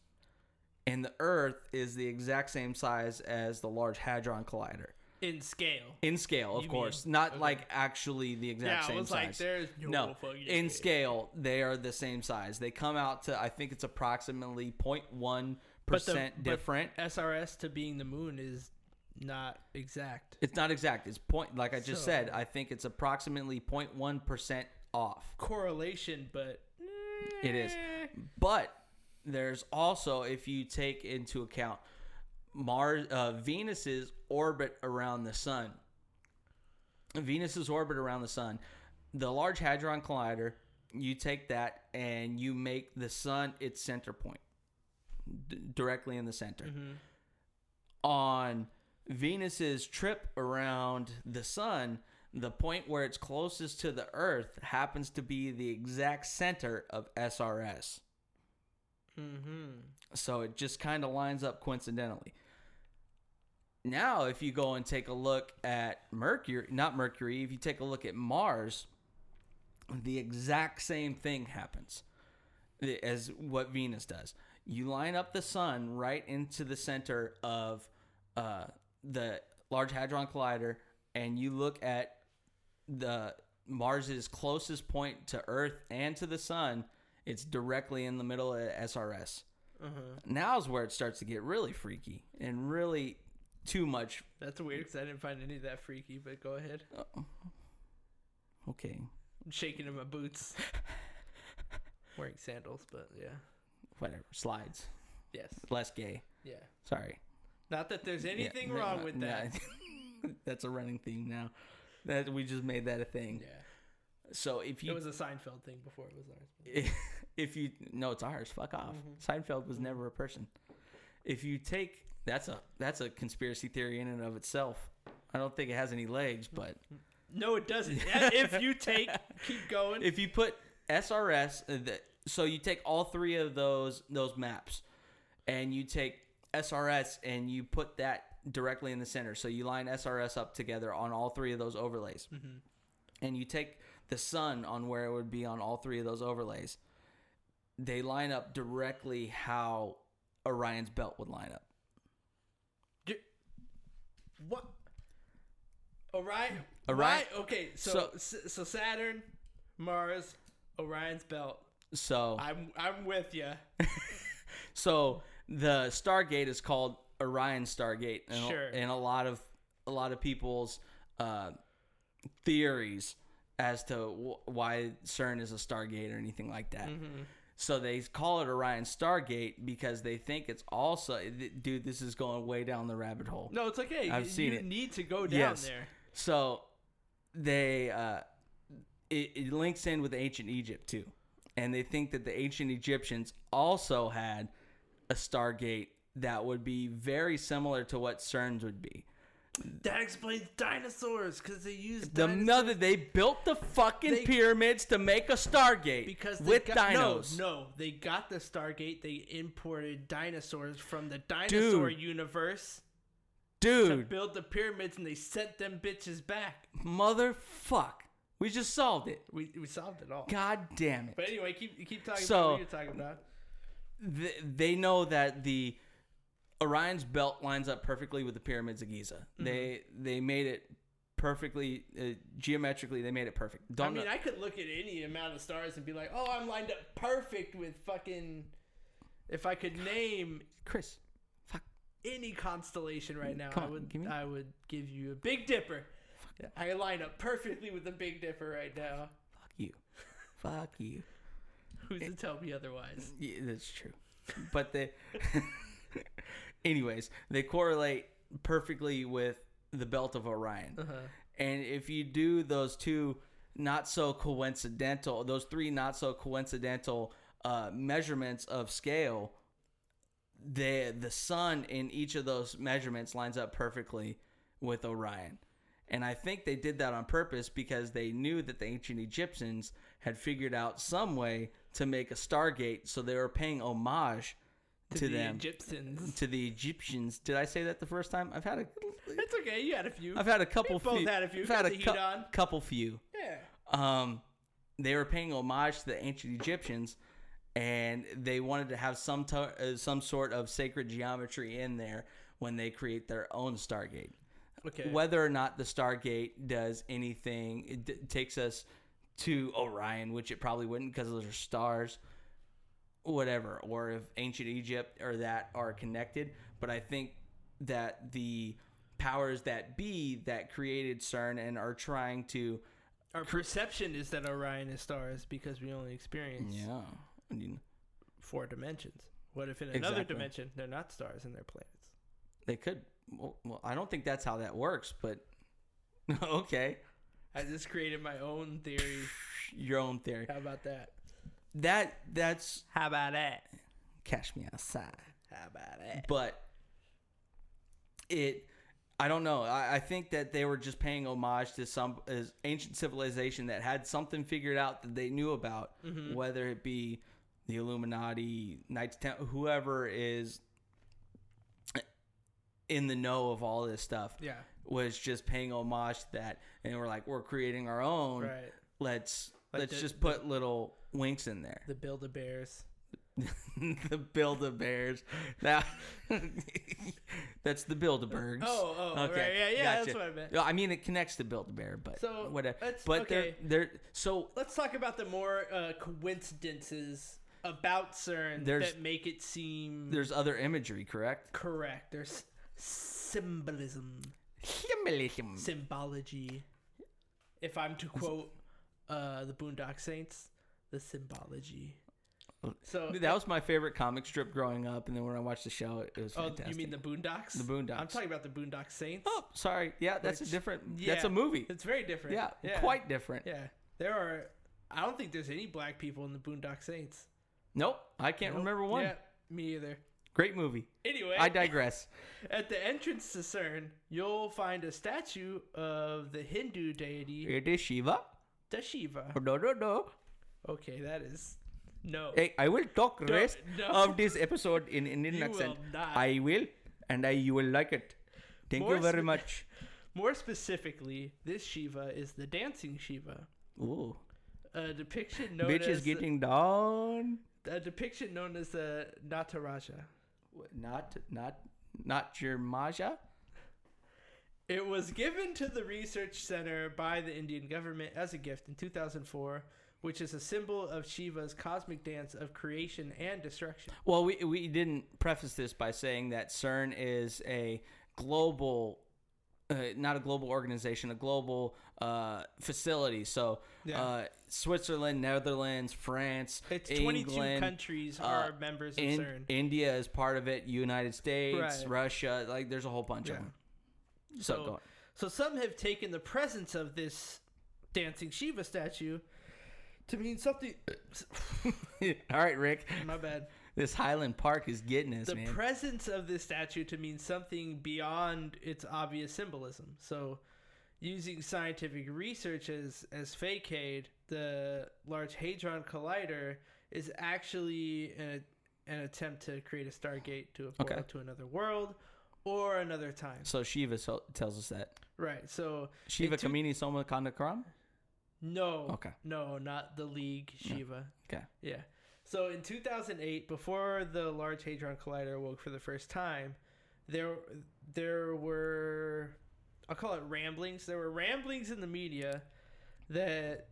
Speaker 2: and the Earth is the exact same size as the Large Hadron Collider.
Speaker 1: In scale.
Speaker 2: In scale, of
Speaker 1: You
Speaker 2: course,
Speaker 1: mean-
Speaker 2: not
Speaker 1: okay.
Speaker 2: like actually the exact
Speaker 1: yeah,
Speaker 2: same
Speaker 1: I was
Speaker 2: size
Speaker 1: like, there's no,
Speaker 2: no,
Speaker 1: fucking
Speaker 2: in
Speaker 1: way.
Speaker 2: scale they are the same size they come out to i think it's approximately 0.1%
Speaker 1: But the- but
Speaker 2: different
Speaker 1: SRS to being the moon is not exact.
Speaker 2: it's not exact it's point like i just
Speaker 1: So-
Speaker 2: said i think it's approximately 0.1% off
Speaker 1: Correlation, but
Speaker 2: It is. But there's also, if you take into account Mars, uh, Venus's orbit around the sun, Venus's orbit around the sun, the Large Hadron Collider, you take that and you make the sun its center point, d- directly in the center. On Venus's trip around the sun, the point where it's closest to the Earth happens to be the exact center of SRS.
Speaker 1: Mm-hmm.
Speaker 2: So it just kind of lines up coincidentally. Now, if you go and take a look at Mercury, not Mercury, if you take a look at Mars, the exact same thing happens the- as what Venus does. You line up the sun right into the center of uh, the Large Hadron Collider, and you look at the Mars's closest point to Earth and to the sun. It's directly in the middle of SRS
Speaker 1: Uh-huh.
Speaker 2: now's where it starts to get really freaky and really too much.
Speaker 1: That's weird because I didn't find any of that freaky, but go ahead.
Speaker 2: Okay,
Speaker 1: I'm shaking in my boots.
Speaker 2: <laughs>
Speaker 1: Wearing sandals, but yeah.
Speaker 2: whatever. Slides.
Speaker 1: Yes.
Speaker 2: Less gay.
Speaker 1: Yeah.
Speaker 2: Sorry.
Speaker 1: Not that there's
Speaker 2: Yeah,
Speaker 1: anything
Speaker 2: no,
Speaker 1: wrong
Speaker 2: no,
Speaker 1: with
Speaker 2: no.
Speaker 1: that.
Speaker 2: <laughs> That's a running theme now. That we just made that a thing.
Speaker 1: Yeah.
Speaker 2: So if
Speaker 1: It
Speaker 2: you
Speaker 1: was a Seinfeld thing before it was ours.
Speaker 2: if you no, it's ours. Fuck off.
Speaker 1: Mm-hmm.
Speaker 2: Seinfeld was never a person. If you take that's a that's a conspiracy theory in and of itself. I don't think it has any legs, but
Speaker 1: No, it <laughs> doesn't. Yeah, if you take, keep going.
Speaker 2: if you put SRS, uh, the, so you take all three of those those maps, and you take SRS and you put that directly in the center. So you line SRS up together on all three of those overlays, and you take the sun on where it would be on all three of those overlays. They line up directly how Orion's belt would line up.
Speaker 1: Ju- What? Orion.
Speaker 2: Orion-
Speaker 1: Orion. Okay, so so, so Saturn, Mars, Orion's belt.
Speaker 2: So
Speaker 1: I'm I'm with you.
Speaker 2: So the Stargate is called Orion Stargate, and,
Speaker 1: Sure.
Speaker 2: and a lot of a lot of people's uh, theories as to wh- why CERN is a Stargate or anything like that. So they call it Orion Stargate because they think it's also, th- dude. This is going way down the rabbit hole.
Speaker 1: No, it's okay.
Speaker 2: I've
Speaker 1: you,
Speaker 2: seen
Speaker 1: you
Speaker 2: it.
Speaker 1: need to go down
Speaker 2: Yes.
Speaker 1: there.
Speaker 2: So they uh, it, it links in with ancient Egypt too, and they think that the ancient Egyptians also had a Stargate that would be very similar to what CERN's would be.
Speaker 1: That explains dinosaurs because they used
Speaker 2: The
Speaker 1: dinosaurs
Speaker 2: mother they built the fucking
Speaker 1: They-
Speaker 2: pyramids to make a Stargate
Speaker 1: because they
Speaker 2: with
Speaker 1: got,
Speaker 2: dinos.
Speaker 1: No, no, they got the Stargate. They imported dinosaurs from the dinosaur
Speaker 2: Dude.
Speaker 1: universe to
Speaker 2: Dude,
Speaker 1: build the pyramids, and they sent them bitches back.
Speaker 2: motherfuck. We just solved it.
Speaker 1: We we solved it all.
Speaker 2: God damn it.
Speaker 1: But anyway, keep keep talking.
Speaker 2: So-
Speaker 1: about what you're talking about.
Speaker 2: th- they know that the Orion's belt lines up perfectly with the pyramids of Giza.
Speaker 1: Mm-hmm.
Speaker 2: They they made it perfectly uh, geometrically. They made it perfect. Don't
Speaker 1: I mean,
Speaker 2: know-
Speaker 1: I could look at any amount of stars and be like, "Oh, I'm lined up perfect with fucking." If I could name
Speaker 2: Chris, fuck,
Speaker 1: any constellation right now,
Speaker 2: Come
Speaker 1: I
Speaker 2: on,
Speaker 1: would
Speaker 2: give me-
Speaker 1: I would give you a Big Dipper. I line up perfectly with the Big Dipper right now.
Speaker 2: fuck you. Fuck you.
Speaker 1: Who's to tell me otherwise?
Speaker 2: Yeah, that's true. But they, anyways, they correlate perfectly with the belt of Orion.
Speaker 1: Uh-huh.
Speaker 2: And if you do those two not so coincidental, those three not so coincidental uh, measurements of scale, the the sun in each of those measurements lines up perfectly with Orion. And I think they did that on purpose because they knew that the ancient Egyptians had figured out some way to make a Stargate, so they were paying homage to,
Speaker 1: the
Speaker 2: them,
Speaker 1: Egyptians.
Speaker 2: to the Egyptians. Did I say that the first time? I've had a
Speaker 1: It's okay. You had a few.
Speaker 2: I've had a couple.
Speaker 1: We both
Speaker 2: few,
Speaker 1: had a few.
Speaker 2: I've
Speaker 1: Got
Speaker 2: had a
Speaker 1: the heat
Speaker 2: cou-
Speaker 1: on.
Speaker 2: couple few.
Speaker 1: yeah.
Speaker 2: Um, they were paying homage to the ancient Egyptians, and they wanted to have some to- uh, some sort of sacred geometry in there when they create their own Stargate.
Speaker 1: Okay.
Speaker 2: Whether or not the Stargate does anything, it d- takes us to Orion, which it probably wouldn't because those are stars. Whatever, or if ancient Egypt or that are connected, but I think that the powers that be that created CERN and are trying to
Speaker 1: Our perception is that Orion is stars because we only experience
Speaker 2: Yeah. I mean,
Speaker 1: four dimensions. What if in another
Speaker 2: Exactly.
Speaker 1: dimension they're not stars and they're planets?
Speaker 2: they could. Well, well, I don't think that's how that works, but <laughs> okay.
Speaker 1: I just created my own theory.
Speaker 2: Your own theory.
Speaker 1: How about that?
Speaker 2: That that's
Speaker 1: How about that?
Speaker 2: cash me outside.
Speaker 1: How about that?
Speaker 2: But it, I don't know. I, I think that they were just paying homage to some is ancient civilization that had something figured out that they knew about,
Speaker 1: Mm-hmm.
Speaker 2: whether it be the Illuminati, Knights Temp, whoever is in the know of all this stuff.
Speaker 1: Yeah.
Speaker 2: was just paying homage to that and we're like we're creating our own
Speaker 1: Right.
Speaker 2: let's
Speaker 1: Like
Speaker 2: let's
Speaker 1: the-
Speaker 2: just put little winks in there
Speaker 1: The Build a Bears.
Speaker 2: <laughs> the build a bears that <laughs> that's the build a birds
Speaker 1: Oh, oh, right. Yeah, yeah, that's what I meant.
Speaker 2: i mean it connects to build a bear but
Speaker 1: So,
Speaker 2: whatever
Speaker 1: let's-
Speaker 2: but
Speaker 1: okay.
Speaker 2: they're they're so
Speaker 1: Let's talk about the more uh, coincidences about CERN
Speaker 2: There's-
Speaker 1: that make it seem
Speaker 2: there's other imagery correct
Speaker 1: correct. There's symbolism, symbology. If I'm to quote uh, the Boondock Saints, the symbology.
Speaker 2: Oh,
Speaker 1: So
Speaker 2: Dude, that was my favorite comic strip growing up and then when i watched the show it was
Speaker 1: Oh,
Speaker 2: fantastic
Speaker 1: you mean the Boondocks? The
Speaker 2: Boondocks.
Speaker 1: I'm talking about the Boondock Saints.
Speaker 2: oh sorry yeah that's
Speaker 1: Which-
Speaker 2: a different
Speaker 1: Yeah.
Speaker 2: that's a movie
Speaker 1: It's very different.
Speaker 2: yeah, quite different
Speaker 1: Yeah, there are. I don't think there's any black people in the Boondock Saints.
Speaker 2: Nope, I can't remember one.
Speaker 1: Yeah, me either.
Speaker 2: Great movie.
Speaker 1: Anyway,
Speaker 2: I
Speaker 1: <laughs>
Speaker 2: digress.
Speaker 1: at the entrance to CERN, you'll find a statue of the Hindu deity
Speaker 2: it is Shiva.
Speaker 1: Dashiva.
Speaker 2: No, no, no.
Speaker 1: Okay, that is no.
Speaker 2: Hey, I will talk rest
Speaker 1: no.
Speaker 2: of this episode in Indian
Speaker 1: You will
Speaker 2: accent.
Speaker 1: not.
Speaker 2: I will, and I you will like it. Thank
Speaker 1: More
Speaker 2: you very
Speaker 1: spe-
Speaker 2: much.
Speaker 1: More specifically, this Shiva is the dancing Shiva,
Speaker 2: Ooh,
Speaker 1: a depiction known
Speaker 2: bitch
Speaker 1: as
Speaker 2: is getting down.
Speaker 1: a depiction known as the Nataraja.
Speaker 2: Not, not, not your Maja.
Speaker 1: It was given to the research center by the Indian government as a gift in 2004, which is a symbol of Shiva's cosmic dance of creation and destruction.
Speaker 2: Well, we we didn't preface this by saying that CERN is a global, uh, not a global organization, a global uh, facility. So
Speaker 1: Yeah.
Speaker 2: uh, Switzerland, Netherlands, France,
Speaker 1: It's 22
Speaker 2: England,
Speaker 1: countries
Speaker 2: uh,
Speaker 1: are members of
Speaker 2: in-
Speaker 1: CERN.
Speaker 2: India is part of it. United States,
Speaker 1: Right.
Speaker 2: Russia, like there's a whole bunch
Speaker 1: Yeah.
Speaker 2: of them. So,
Speaker 1: So-
Speaker 2: go on.
Speaker 1: So some have taken the presence of this dancing Shiva statue to mean something. <coughs>
Speaker 2: <laughs> all right, Rick,
Speaker 1: My bad.
Speaker 2: this Highland Park is getting us,
Speaker 1: the
Speaker 2: man.
Speaker 1: presence of this statue to mean something beyond its obvious symbolism. So, using scientific research as as facade, the Large Hadron Collider is actually an, an attempt to create a Stargate to a portal
Speaker 2: Okay.
Speaker 1: to another world or another time.
Speaker 2: so Shiva so- tells us that
Speaker 1: Right. So,
Speaker 2: Shiva
Speaker 1: two-
Speaker 2: Kamini Soma Kanda Karam.
Speaker 1: no,
Speaker 2: Okay.
Speaker 1: no, not the League Shiva.
Speaker 2: Okay.
Speaker 1: Yeah. So in 2008, before the Large Hadron Collider awoke for the first time, there there were I'll call it ramblings. There were ramblings in the media that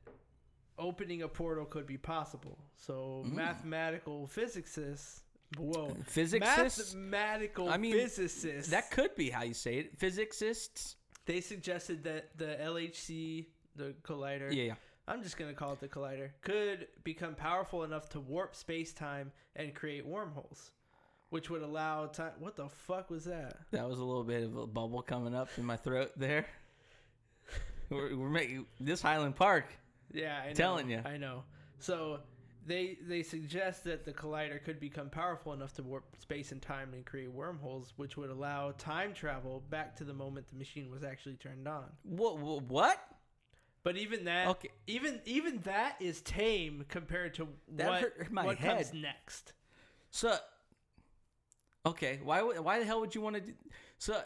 Speaker 1: opening a portal could be possible. So
Speaker 2: Mm.
Speaker 1: mathematical physicists, whoa,
Speaker 2: Physicists?
Speaker 1: mathematical
Speaker 2: I mean,
Speaker 1: physicists.
Speaker 2: That could be how you say it. Physicists.
Speaker 1: they suggested that the LHC, the collider,
Speaker 2: Yeah, yeah.
Speaker 1: I'm just going to call it the collider, could become powerful enough to warp space time and create wormholes, which would allow time. What the fuck was that?
Speaker 2: That was a little bit of a bubble coming up in my throat there. <laughs> we're, we're making this Highland Park.
Speaker 1: Yeah, I know,
Speaker 2: Telling ya.
Speaker 1: I know. So they they suggest that the collider could become powerful enough to warp space and time and create wormholes, which would allow time travel back to the moment the machine was actually turned on.
Speaker 2: What? What?
Speaker 1: But even that,
Speaker 2: Okay.
Speaker 1: even even that is tame compared to
Speaker 2: That
Speaker 1: what
Speaker 2: hurt my
Speaker 1: what comes
Speaker 2: head.
Speaker 1: next.
Speaker 2: So, okay. Why? would- Why the hell would you want to do? So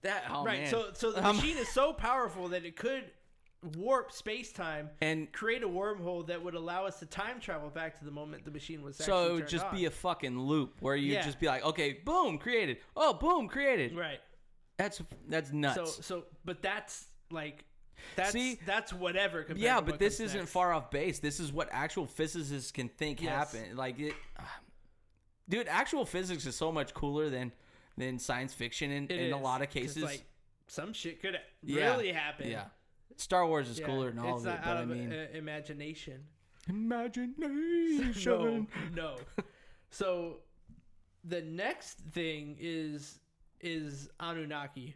Speaker 2: that. Oh
Speaker 1: right.
Speaker 2: man.
Speaker 1: So so <laughs> the
Speaker 2: Um,
Speaker 1: machine is so powerful that it could warp space time.
Speaker 2: and
Speaker 1: Create a wormhole that would allow us to time travel back to the moment the machine was.
Speaker 2: <laughs> so
Speaker 1: actually
Speaker 2: it would just
Speaker 1: turned
Speaker 2: be a fucking loop where you
Speaker 1: Yeah.
Speaker 2: just be like, okay, boom, created. Oh, boom, created.
Speaker 1: on. right.
Speaker 2: That's that's
Speaker 1: So
Speaker 2: nuts.
Speaker 1: so but that's like that's
Speaker 2: See?
Speaker 1: that's whatever compared
Speaker 2: yeah,
Speaker 1: to
Speaker 2: but
Speaker 1: what
Speaker 2: this
Speaker 1: comes
Speaker 2: isn't
Speaker 1: next.
Speaker 2: far off base. This is what actual physicists can think
Speaker 1: Yes.
Speaker 2: happen. Like it, <sighs> dude. Actual physics is so much cooler than than science fiction in,
Speaker 1: It
Speaker 2: in a
Speaker 1: is,
Speaker 2: lot of
Speaker 1: 'cause,
Speaker 2: cases.
Speaker 1: like some shit could
Speaker 2: Yeah.
Speaker 1: really happen.
Speaker 2: yeah, Star Wars is
Speaker 1: Yeah,
Speaker 2: cooler than all
Speaker 1: it's
Speaker 2: of it.
Speaker 1: not
Speaker 2: But
Speaker 1: out
Speaker 2: I
Speaker 1: of uh, <laughs>
Speaker 2: mean, <laughs>
Speaker 1: imagination.
Speaker 2: imagination.
Speaker 1: <laughs> No, no. so the next thing is is Anunnaki,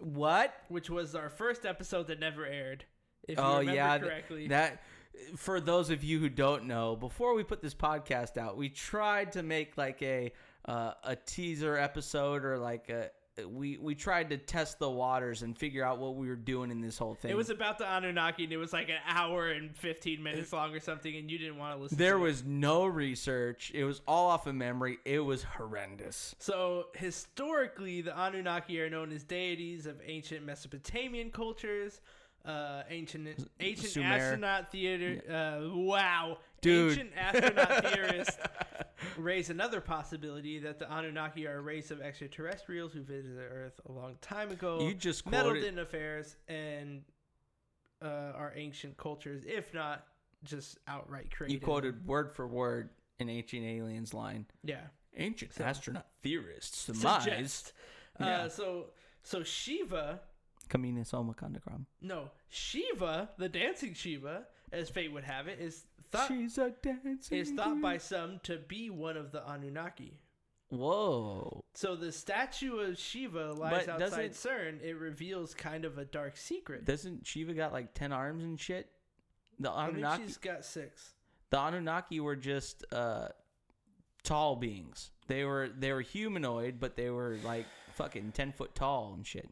Speaker 2: What?
Speaker 1: which was our first episode that never aired. If you
Speaker 2: Oh
Speaker 1: remember
Speaker 2: yeah, th-
Speaker 1: correctly.
Speaker 2: that. For those of you who don't know, before we put this podcast out, we tried to make like a uh, a teaser episode or like a we we tried to test the waters and figure out what we were doing in this whole thing.
Speaker 1: it was about the Anunnaki, and it was like an hour and fifteen minutes long or something, and you didn't want to listen.
Speaker 2: there
Speaker 1: to it.
Speaker 2: was no research. It was all off of memory. It was horrendous.
Speaker 1: So historically, the Anunnaki are known as deities of ancient Mesopotamian cultures, uh, ancient ancient
Speaker 2: Sumer.
Speaker 1: astronaut theater. Uh, wow,
Speaker 2: Dude.
Speaker 1: ancient astronaut
Speaker 2: <laughs>
Speaker 1: theorists raise another possibility that the Anunnaki are a race of extraterrestrials who visited Earth a long time ago,
Speaker 2: You just
Speaker 1: meddled
Speaker 2: quoted-
Speaker 1: in affairs, and uh, our ancient cultures, if not just outright created.
Speaker 2: You quoted word for word an ancient aliens line.
Speaker 1: yeah.
Speaker 2: Ancient astronaut theorists surmise
Speaker 1: Suggest. Uh,
Speaker 2: Yeah.
Speaker 1: so so Shiva.
Speaker 2: Kamina Somakandagram.
Speaker 1: No, Shiva, the dancing Shiva, as fate would have it, is thought
Speaker 2: She's a dancing.
Speaker 1: is thought
Speaker 2: girl.
Speaker 1: by some to be one of the Anunnaki.
Speaker 2: Whoa.
Speaker 1: So the statue of Shiva lies
Speaker 2: But
Speaker 1: outside
Speaker 2: doesn't-
Speaker 1: CERN. It reveals kind of a dark secret.
Speaker 2: Doesn't Shiva got like ten arms and shit? The
Speaker 1: I mean,
Speaker 2: Anunnaki,
Speaker 1: she's got six.
Speaker 2: the Anunnaki were just uh, tall beings. They were they were humanoid, but they were like fucking ten foot tall and shit.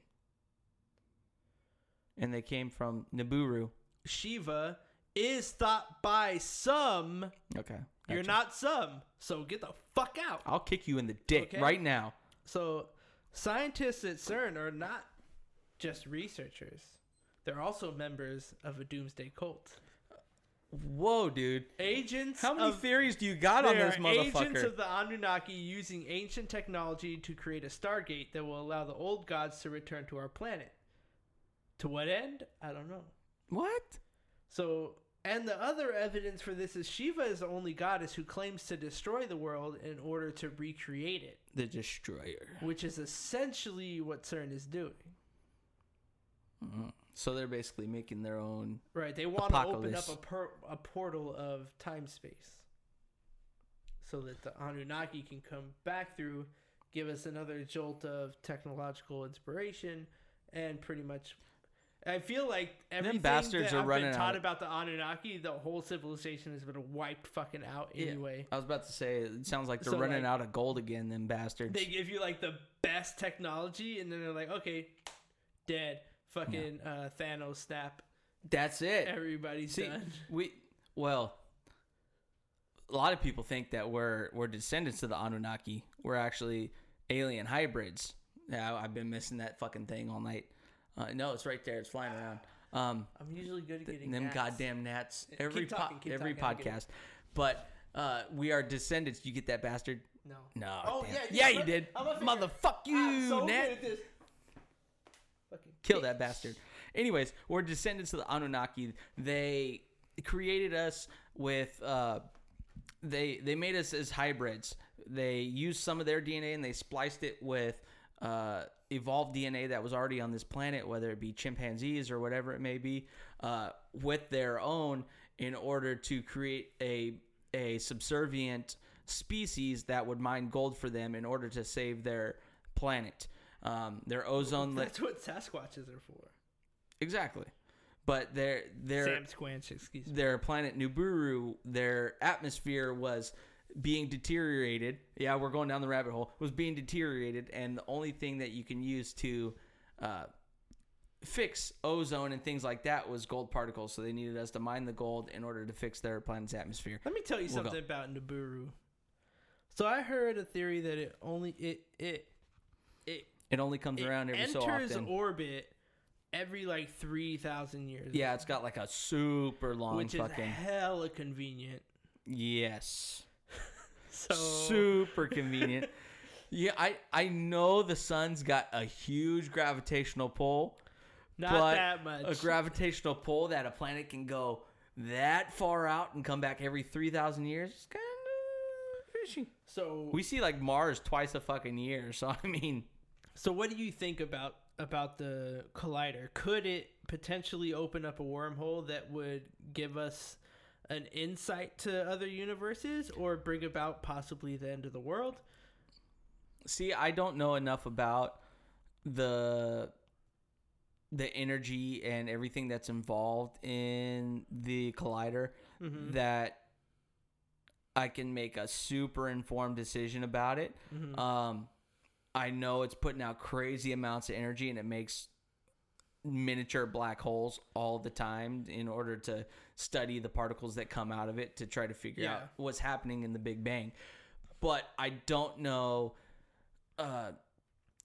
Speaker 2: And they came from Nibiru.
Speaker 1: Shiva is thought by some.
Speaker 2: Okay,
Speaker 1: You're
Speaker 2: gotcha.
Speaker 1: not some, so get the fuck out.
Speaker 2: I'll kick you in the dick
Speaker 1: Okay.
Speaker 2: right now.
Speaker 1: So, scientists at CERN are not just researchers; they're also members of a doomsday cult.
Speaker 2: Whoa, dude!
Speaker 1: Agents.
Speaker 2: How many
Speaker 1: of,
Speaker 2: theories do you got on
Speaker 1: they are
Speaker 2: this motherfucker?
Speaker 1: agents of the Anunnaki using ancient technology to create a stargate that will allow the old gods to return to our planet. To what end? I don't know.
Speaker 2: what?
Speaker 1: So, and the other evidence for this is Shiva is the only goddess who claims to destroy the world in order to recreate it,
Speaker 2: The Destroyer.
Speaker 1: which is essentially what CERN is doing.
Speaker 2: Mhm. So they're basically making their own
Speaker 1: Right? They want to open up
Speaker 2: Apocalypse.
Speaker 1: a, per- a portal of time space so that the Anunnaki can come back through, give us another jolt of technological inspiration, and pretty much. I feel like everything
Speaker 2: bastards
Speaker 1: that
Speaker 2: are
Speaker 1: I've
Speaker 2: running
Speaker 1: been taught
Speaker 2: out.
Speaker 1: about the Anunnaki, the whole civilization has been wiped fucking out
Speaker 2: Yeah.
Speaker 1: anyway.
Speaker 2: I was about to say, it sounds like they're
Speaker 1: So,
Speaker 2: running
Speaker 1: like-
Speaker 2: out of gold again, them bastards.
Speaker 1: They give you like the best technology, and then they're like, okay, dead. Fucking uh, Thanos snap.
Speaker 2: That's it.
Speaker 1: Everybody's
Speaker 2: See,
Speaker 1: done.
Speaker 2: we well, a lot of people think that we're we're descendants of the Anunnaki. We're actually alien hybrids. Yeah, I've been missing that fucking thing all night. Uh, no, it's right there. It's flying around. Um,
Speaker 1: I'm usually good at getting
Speaker 2: them
Speaker 1: gnats.
Speaker 2: goddamn gnats. Every po-
Speaker 1: talking, keep
Speaker 2: every
Speaker 1: talking, I'll get it.
Speaker 2: podcast, but uh, we are descendants. You get that bastard?
Speaker 1: No.
Speaker 2: No.
Speaker 1: Oh,
Speaker 2: damn.
Speaker 1: yeah, yeah,
Speaker 2: yeah,
Speaker 1: I'm
Speaker 2: you
Speaker 1: a-
Speaker 2: did.
Speaker 1: I'm a figure.
Speaker 2: Motherfuck you,
Speaker 1: I'm so
Speaker 2: Nat.
Speaker 1: good at this. Fucking
Speaker 2: Kill that bastard. Anyways, we're descendants of the Anunnaki. They created us with uh they they made us as hybrids. They used some of their DNA and they spliced it with uh, evolved DNA that was already on this planet, whether it be chimpanzees or whatever it may be, uh, with their own in order to create a a subservient species that would mine gold for them in order to save their planet. Um, their ozone la-
Speaker 1: That's what Sasquatches are for.
Speaker 2: exactly, but their their
Speaker 1: Sam Squanch, excuse me.
Speaker 2: their planet Nibiru, their atmosphere was being deteriorated. Yeah, we're going down the rabbit hole. Was being deteriorated, and the only thing that you can use to uh, fix ozone and things like that was gold particles. So they needed us to mine the gold in order to fix their planet's atmosphere.
Speaker 1: Let me tell you
Speaker 2: We'll go.
Speaker 1: something about Nibiru. So I heard a theory that it only it it it,
Speaker 2: It only comes
Speaker 1: it
Speaker 2: around every
Speaker 1: enters
Speaker 2: so often.
Speaker 1: orbit every like three thousand years.
Speaker 2: yeah, it's got like a super long
Speaker 1: which
Speaker 2: fucking
Speaker 1: is hella convenient.
Speaker 2: yes.
Speaker 1: So
Speaker 2: super convenient. yeah, I I know the sun's got a huge gravitational pull.
Speaker 1: not
Speaker 2: but
Speaker 1: that much.
Speaker 2: A gravitational pull that a planet can go that far out and come back every 3,000 years is kind of fishy.
Speaker 1: so
Speaker 2: We see like Mars twice a fucking year, so I mean,
Speaker 1: so what do you think about about the collider? Could it potentially open up a wormhole that would give us an insight to other universes or bring about possibly the end of the world?
Speaker 2: see, I don't know enough about the the energy and everything that's involved in the collider
Speaker 1: Mhm.
Speaker 2: that I can make a super informed decision about it.
Speaker 1: Mhm.
Speaker 2: Um, I know it's putting out crazy amounts of energy and it makes miniature black holes all the time in order to study the particles that come out of it to try to figure out
Speaker 1: Yeah.
Speaker 2: what's happening in the Big Bang. But I don't know uh,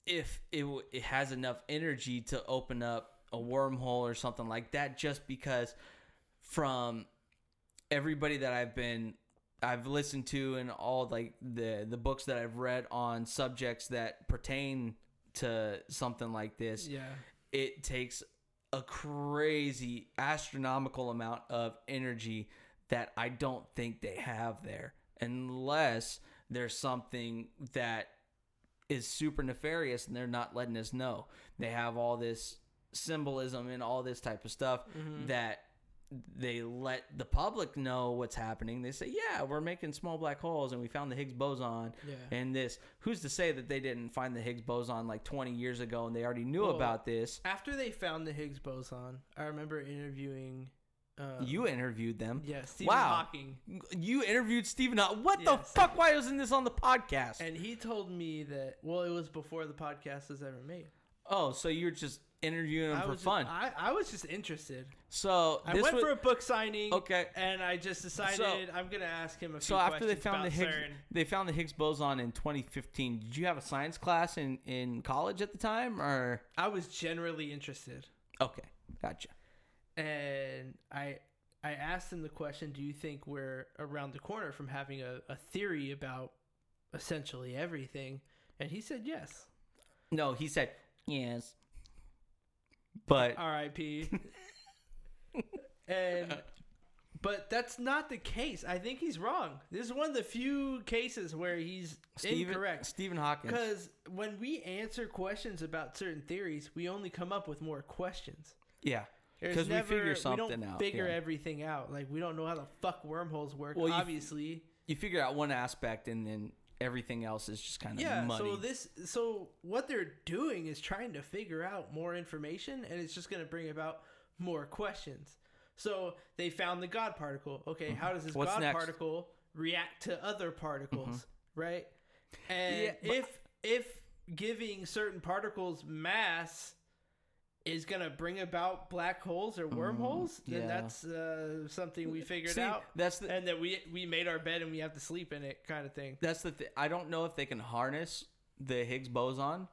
Speaker 2: if it, w- it has enough energy to open up a wormhole or something like that just because from everybody that I've been I've listened to and all like the the books that I've read on subjects that pertain to something like this,
Speaker 1: Yeah.
Speaker 2: it takes a crazy astronomical amount of energy that I don't think they have there unless there's something that is super nefarious and they're not letting us know. They have all this symbolism and all this type of stuff
Speaker 1: Mm-hmm.
Speaker 2: that they let the public know what's happening. They say, "Yeah, we're making small black holes and we found the Higgs boson."
Speaker 1: Yeah.
Speaker 2: And this, who's to say that they didn't find the Higgs boson like 20 years ago and they already knew
Speaker 1: Well,
Speaker 2: about this?
Speaker 1: After they found the Higgs boson, I remember interviewing. Um,
Speaker 2: You interviewed them.
Speaker 1: Yeah, Stephen
Speaker 2: Wow.
Speaker 1: Hawking.
Speaker 2: You interviewed Stephen. Haw- What the
Speaker 1: Yes.
Speaker 2: fuck? Why isn't this on the podcast?
Speaker 1: And he told me that, well, it was before the podcast was ever made.
Speaker 2: oh, so you're just interviewing him
Speaker 1: I
Speaker 2: for
Speaker 1: was
Speaker 2: fun.
Speaker 1: Just, I, I was just interested.
Speaker 2: so
Speaker 1: I
Speaker 2: this
Speaker 1: went
Speaker 2: was,
Speaker 1: for a book signing.
Speaker 2: <laughs> Okay.
Speaker 1: And I just decided I'm going to ask him a few
Speaker 2: so after they
Speaker 1: questions
Speaker 2: found the
Speaker 1: about
Speaker 2: Higgs,
Speaker 1: CERN.
Speaker 2: they found the Higgs boson in 2015. Did you have a science class in in college at the time, or
Speaker 1: I was generally interested.
Speaker 2: okay, gotcha.
Speaker 1: And I I asked him the question, do you think we're around the corner from having a, a theory about essentially everything? And he said yes.
Speaker 2: No, he said yes, but
Speaker 1: Uh, R.I.P. <laughs> and but that's not the case. I think he's wrong. This is one of the few cases where he's
Speaker 2: Stephen
Speaker 1: incorrect.
Speaker 2: Stephen Hawking.
Speaker 1: Because when we answer questions about certain theories, we only come up with more questions.
Speaker 2: Yeah,
Speaker 1: There's
Speaker 2: because we
Speaker 1: never-
Speaker 2: figure
Speaker 1: we
Speaker 2: something
Speaker 1: don't
Speaker 2: out.
Speaker 1: Figure
Speaker 2: yeah.
Speaker 1: everything out. Like we don't know how the fuck wormholes work.
Speaker 2: Well, you-
Speaker 1: obviously,
Speaker 2: you figure out one aspect, and then everything else is just kind of
Speaker 1: yeah.
Speaker 2: muddy.
Speaker 1: So this, so what they're doing is trying to figure out more information, and it's just going to bring about more questions. So they found the God particle. Okay, how does this
Speaker 2: Mm-hmm. What's
Speaker 1: God
Speaker 2: next? Mm-hmm.
Speaker 1: particle react to other particles? Right. And
Speaker 2: Yeah, but-
Speaker 1: if if giving certain particles mass is going to bring about black holes or wormholes, then
Speaker 2: Mm, yeah.
Speaker 1: that's uh, something we figured
Speaker 2: See,
Speaker 1: out.
Speaker 2: that's the
Speaker 1: and that we we made our bed and we have to sleep in it kind of thing.
Speaker 2: that's the th- I don't know if they can harness the Higgs boson.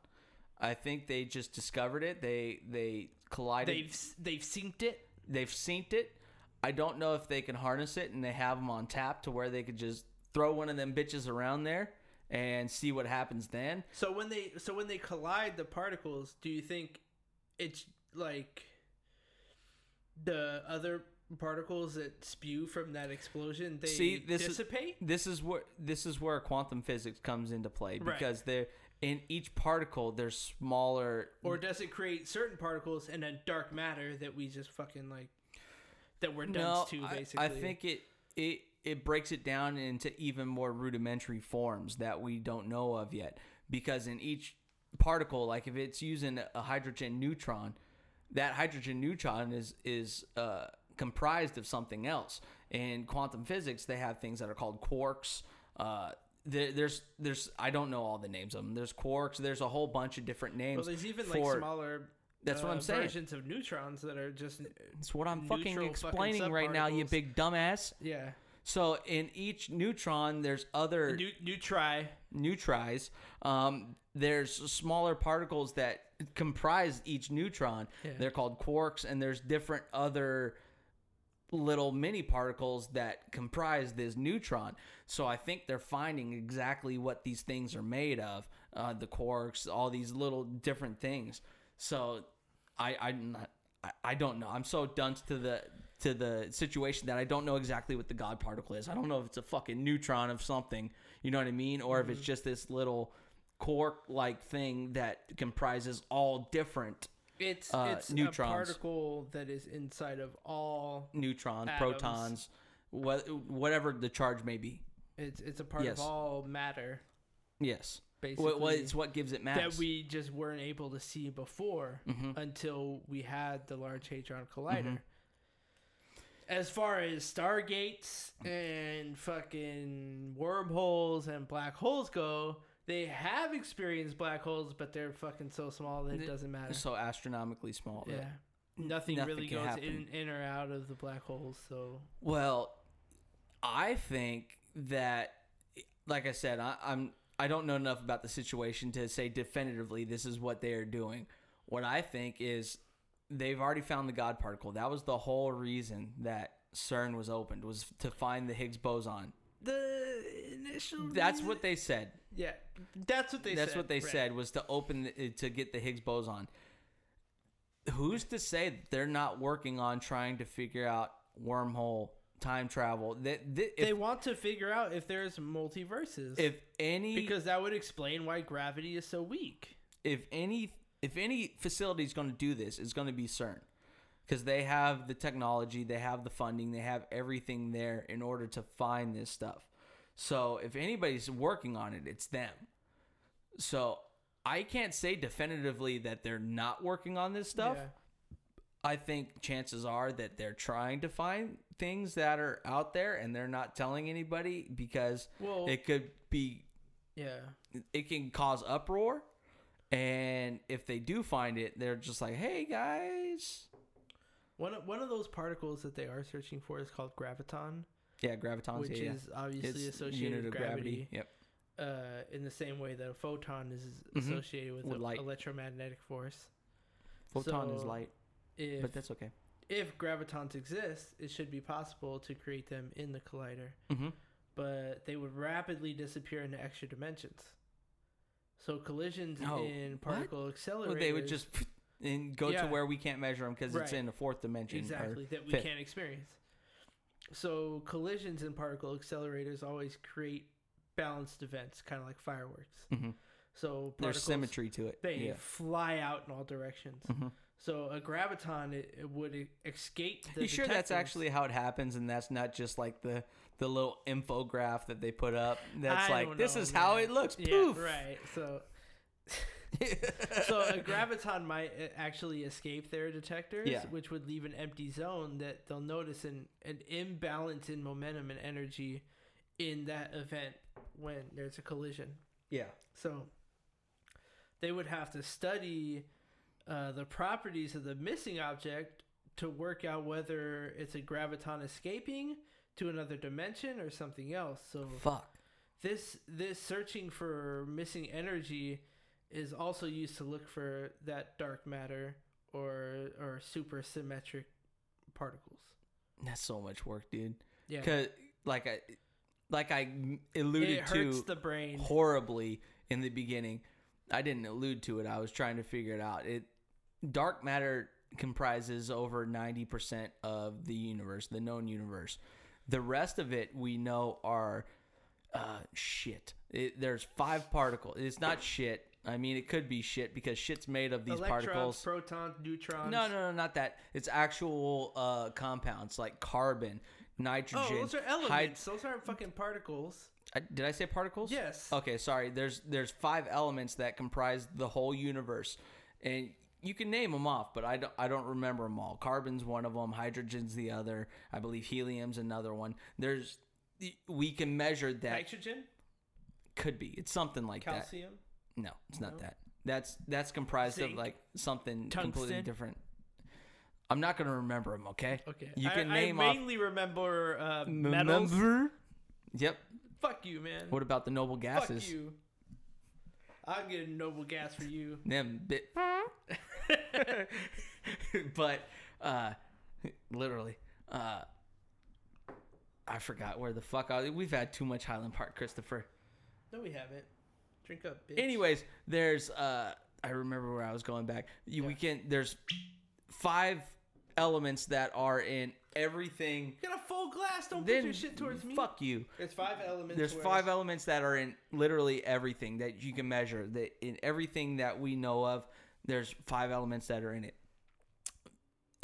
Speaker 2: I think they just discovered it. They they collided.
Speaker 1: They've s- they've synced it.
Speaker 2: they've synced it. I don't know if they can harness it and they have them on tap to where they could just throw one of them bitches around there and see what happens then.
Speaker 1: So when they so when they collide the particles, do you think it's like the other particles that spew from that explosion they
Speaker 2: See, this is-
Speaker 1: dissipate?
Speaker 2: This is where this is where quantum physics comes into play
Speaker 1: Right.
Speaker 2: because there in each particle there's smaller
Speaker 1: Or does it create certain particles and then dark matter that we just fucking like that we're
Speaker 2: no,
Speaker 1: dumped to
Speaker 2: I-
Speaker 1: basically?
Speaker 2: I, think it it it breaks it down into even more rudimentary forms that we don't know of yet. Because in each particle, like if it's using a hydrogen neutron, that hydrogen neutron is is uh, comprised of something else. In quantum physics, they have things that are called quarks. Uh, there, there's there's I don't know all the names of them. There's quarks. There's a whole bunch of different names.
Speaker 1: Well, there's even like
Speaker 2: for-
Speaker 1: smaller.
Speaker 2: That's what
Speaker 1: uh,
Speaker 2: I'm saying.
Speaker 1: Versions of neutrons that are just
Speaker 2: That's what I'm fucking
Speaker 1: neutral fucking
Speaker 2: explaining right now, you
Speaker 1: subparticles.
Speaker 2: big dumbass.
Speaker 1: yeah.
Speaker 2: So in each neutron, there's other
Speaker 1: New new try.
Speaker 2: neutris. Um, there's smaller particles that comprise each neutron.
Speaker 1: Yeah.
Speaker 2: They're called quarks, and there's different other little mini particles that comprise this neutron. So I think they're finding exactly what these things are made of. Uh, the quarks, all these little different things. So I I'm not. I- I don't know. I'm so dunced to the to the situation that I don't know exactly what the God particle is. I don't know if it's a fucking neutron of something, you know what I mean, or if it's just this little cork like thing that comprises all different
Speaker 1: It's
Speaker 2: Uh,
Speaker 1: it's
Speaker 2: neutrons.
Speaker 1: a particle that is inside of all.
Speaker 2: neutrons,
Speaker 1: Atoms.
Speaker 2: protons, wha- whatever the charge may be.
Speaker 1: It's it's a part
Speaker 2: Yes.
Speaker 1: of all matter
Speaker 2: Yes.
Speaker 1: basically.
Speaker 2: What, what it's what gives it mass.
Speaker 1: that we just weren't able to see before
Speaker 2: Mm-hmm.
Speaker 1: until we had the Large Hadron Collider. As far as stargates and fucking wormholes and black holes go, they have experienced black holes, but they're fucking so small that it
Speaker 2: Th-
Speaker 1: doesn't matter.
Speaker 2: so astronomically small.
Speaker 1: Yeah.
Speaker 2: right?
Speaker 1: Nothing,
Speaker 2: nothing
Speaker 1: really
Speaker 2: can
Speaker 1: goes
Speaker 2: happen.
Speaker 1: in, in or out of the black holes, so
Speaker 2: Well, I think that, like I said, I, I'm I don't know enough about the situation to say definitively this is what they are doing. What I think is they've already found the God particle. That was the whole reason that CERN was opened was to find the Higgs boson.
Speaker 1: the initial
Speaker 2: That's what they said.
Speaker 1: Yeah. That's what they
Speaker 2: That's
Speaker 1: said.
Speaker 2: what they
Speaker 1: right.
Speaker 2: said was to open the, uh, to get the Higgs boson. Who's to say that they're not working on trying to figure out wormhole time travel? That, that if
Speaker 1: They want to figure out if there's multiverses.
Speaker 2: if any
Speaker 1: because that would explain why gravity is so weak.
Speaker 2: if any if any facility is going to do this it's going to be cern because they have the technology they have the funding they have everything there in order to find this stuff so if anybody's working on it it's them so i can't say definitively that they're not working on this stuff
Speaker 1: Yeah.
Speaker 2: I think chances are that they're trying to find things that are out there and they're not telling anybody because
Speaker 1: Well-
Speaker 2: it could be
Speaker 1: Yeah.
Speaker 2: it can cause uproar and if they do find it they're just like hey guys
Speaker 1: One of, one of those particles that they are searching for is called graviton,
Speaker 2: yeah gravitons
Speaker 1: which
Speaker 2: yeah, yeah.
Speaker 1: is obviously
Speaker 2: It's
Speaker 1: associated with gravity, Mm-hmm.
Speaker 2: yep
Speaker 1: Uh, in the same way that a photon is
Speaker 2: Mhm.
Speaker 1: associated with,
Speaker 2: With
Speaker 1: a
Speaker 2: light.
Speaker 1: electromagnetic force.
Speaker 2: photon is
Speaker 1: So,
Speaker 2: light
Speaker 1: If,
Speaker 2: but that's okay
Speaker 1: if gravitons exist, it should be possible to create them in the collider,
Speaker 2: mm-hmm.
Speaker 1: but they would rapidly disappear into extra dimensions. So collisions
Speaker 2: No.
Speaker 1: in
Speaker 2: What?
Speaker 1: particle accelerators.
Speaker 2: they would just <laughs> and go to
Speaker 1: Yeah.
Speaker 2: where we can't measure them because it's
Speaker 1: Right.
Speaker 2: in the fourth dimension or-
Speaker 1: exactly that we
Speaker 2: fifth.
Speaker 1: can't experience so collisions in particle accelerators always create balanced events kind of like fireworks
Speaker 2: Mhm.
Speaker 1: so
Speaker 2: there's
Speaker 1: particles,
Speaker 2: symmetry to it
Speaker 1: they
Speaker 2: yeah
Speaker 1: fly out in all directions
Speaker 2: Mhm.
Speaker 1: so a graviton it, it would e- escape the
Speaker 2: you sure that's
Speaker 1: detectors.
Speaker 2: actually how it happens and that's not just like the the little infograph that they put up that's
Speaker 1: I
Speaker 2: like
Speaker 1: don't
Speaker 2: this
Speaker 1: know,
Speaker 2: is how
Speaker 1: man.
Speaker 2: it looks
Speaker 1: yeah
Speaker 2: poof
Speaker 1: right
Speaker 2: <laughs>
Speaker 1: so so a graviton might uh, actually escape their detectors
Speaker 2: Yeah.
Speaker 1: which would leave an empty zone that they'll notice an, an imbalance in momentum and energy in that event when there's a collision
Speaker 2: yeah
Speaker 1: So they would have to study uh, the properties of the missing object to work out whether it's a graviton escaping to another dimension or something else. So
Speaker 2: fuck
Speaker 1: this this searching for missing energy is also used to look for that dark matter or or supersymmetric particles.
Speaker 2: that's so much work dude
Speaker 1: Yeah.
Speaker 2: because like I like I alluded
Speaker 1: It hurts
Speaker 2: to
Speaker 1: the brain.
Speaker 2: horribly in the beginning. I didn't allude to it. I was trying to figure it out. It dark matter comprises over 90% of the universe, the known universe. The rest of it we know are uh, shit. It, there's five particles. It's not shit. I mean, it could be shit because shit's made of these
Speaker 1: Electrons,
Speaker 2: particles.
Speaker 1: protons, neutrons.
Speaker 2: No, no, no, not that. It's actual uh, compounds like carbon, nitrogen.
Speaker 1: Oh, those are
Speaker 2: hyd-
Speaker 1: elements. those aren't fucking particles.
Speaker 2: I- did I say particles?
Speaker 1: Yes.
Speaker 2: Okay, sorry. There's there's five elements that comprise the whole universe, and you can name them off, but I don't I don't remember them all. Carbon's one of them. Hydrogen's the other. I believe helium's another one. There's we can measure that.
Speaker 1: Nitrogen,
Speaker 2: Could be it's something like that.
Speaker 1: calcium.
Speaker 2: No, it's not that. That's that's comprised of
Speaker 1: Zinc?
Speaker 2: like something completely
Speaker 1: Tungsten?
Speaker 2: different. I'm not gonna remember them, okay?
Speaker 1: Okay.
Speaker 2: You
Speaker 1: I-
Speaker 2: can
Speaker 1: I,
Speaker 2: name off
Speaker 1: mainly remember uh, metals.
Speaker 2: Remember? Yep.
Speaker 1: Fuck you, man.
Speaker 2: What about the noble
Speaker 1: Fuck
Speaker 2: gases?
Speaker 1: you. I'll get a noble gas for
Speaker 2: <laughs>
Speaker 1: you.
Speaker 2: Them bit. <laughs> but uh, literally, uh, I forgot where the fuck I. We've had too much Highland Park, Christopher.
Speaker 1: No, we haven't. Drink up, bitch.
Speaker 2: Anyways, there's uh I remember where I was going back. You we can there's five elements that are in everything.
Speaker 1: You got a full glass. Don't put
Speaker 2: Then
Speaker 1: your shit towards me.
Speaker 2: fuck you.
Speaker 1: There's five elements.
Speaker 2: There's
Speaker 1: where-
Speaker 2: five elements that are in literally everything that you can measure. That in everything that we know of, there's five elements that are in it.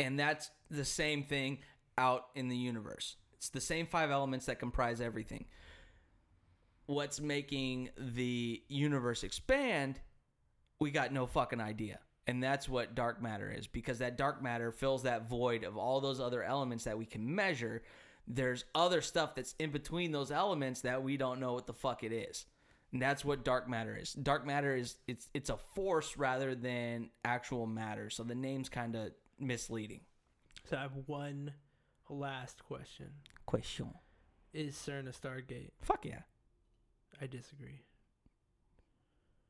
Speaker 2: And that's the same thing out in the universe. It's the same five elements that comprise everything. What's making the universe expand, we got no fucking idea. And that's what dark matter is because that dark matter fills that void of all those other elements that we can measure. There's other stuff that's in between those elements that we don't know what the fuck it is. And that's what dark matter is. Dark matter is it's it's a force rather than actual matter. So the name's kind of misleading. e-
Speaker 1: So I have one last question.
Speaker 2: Question.
Speaker 1: Is CERN a Stargate?
Speaker 2: Fuck yeah.
Speaker 1: I disagree.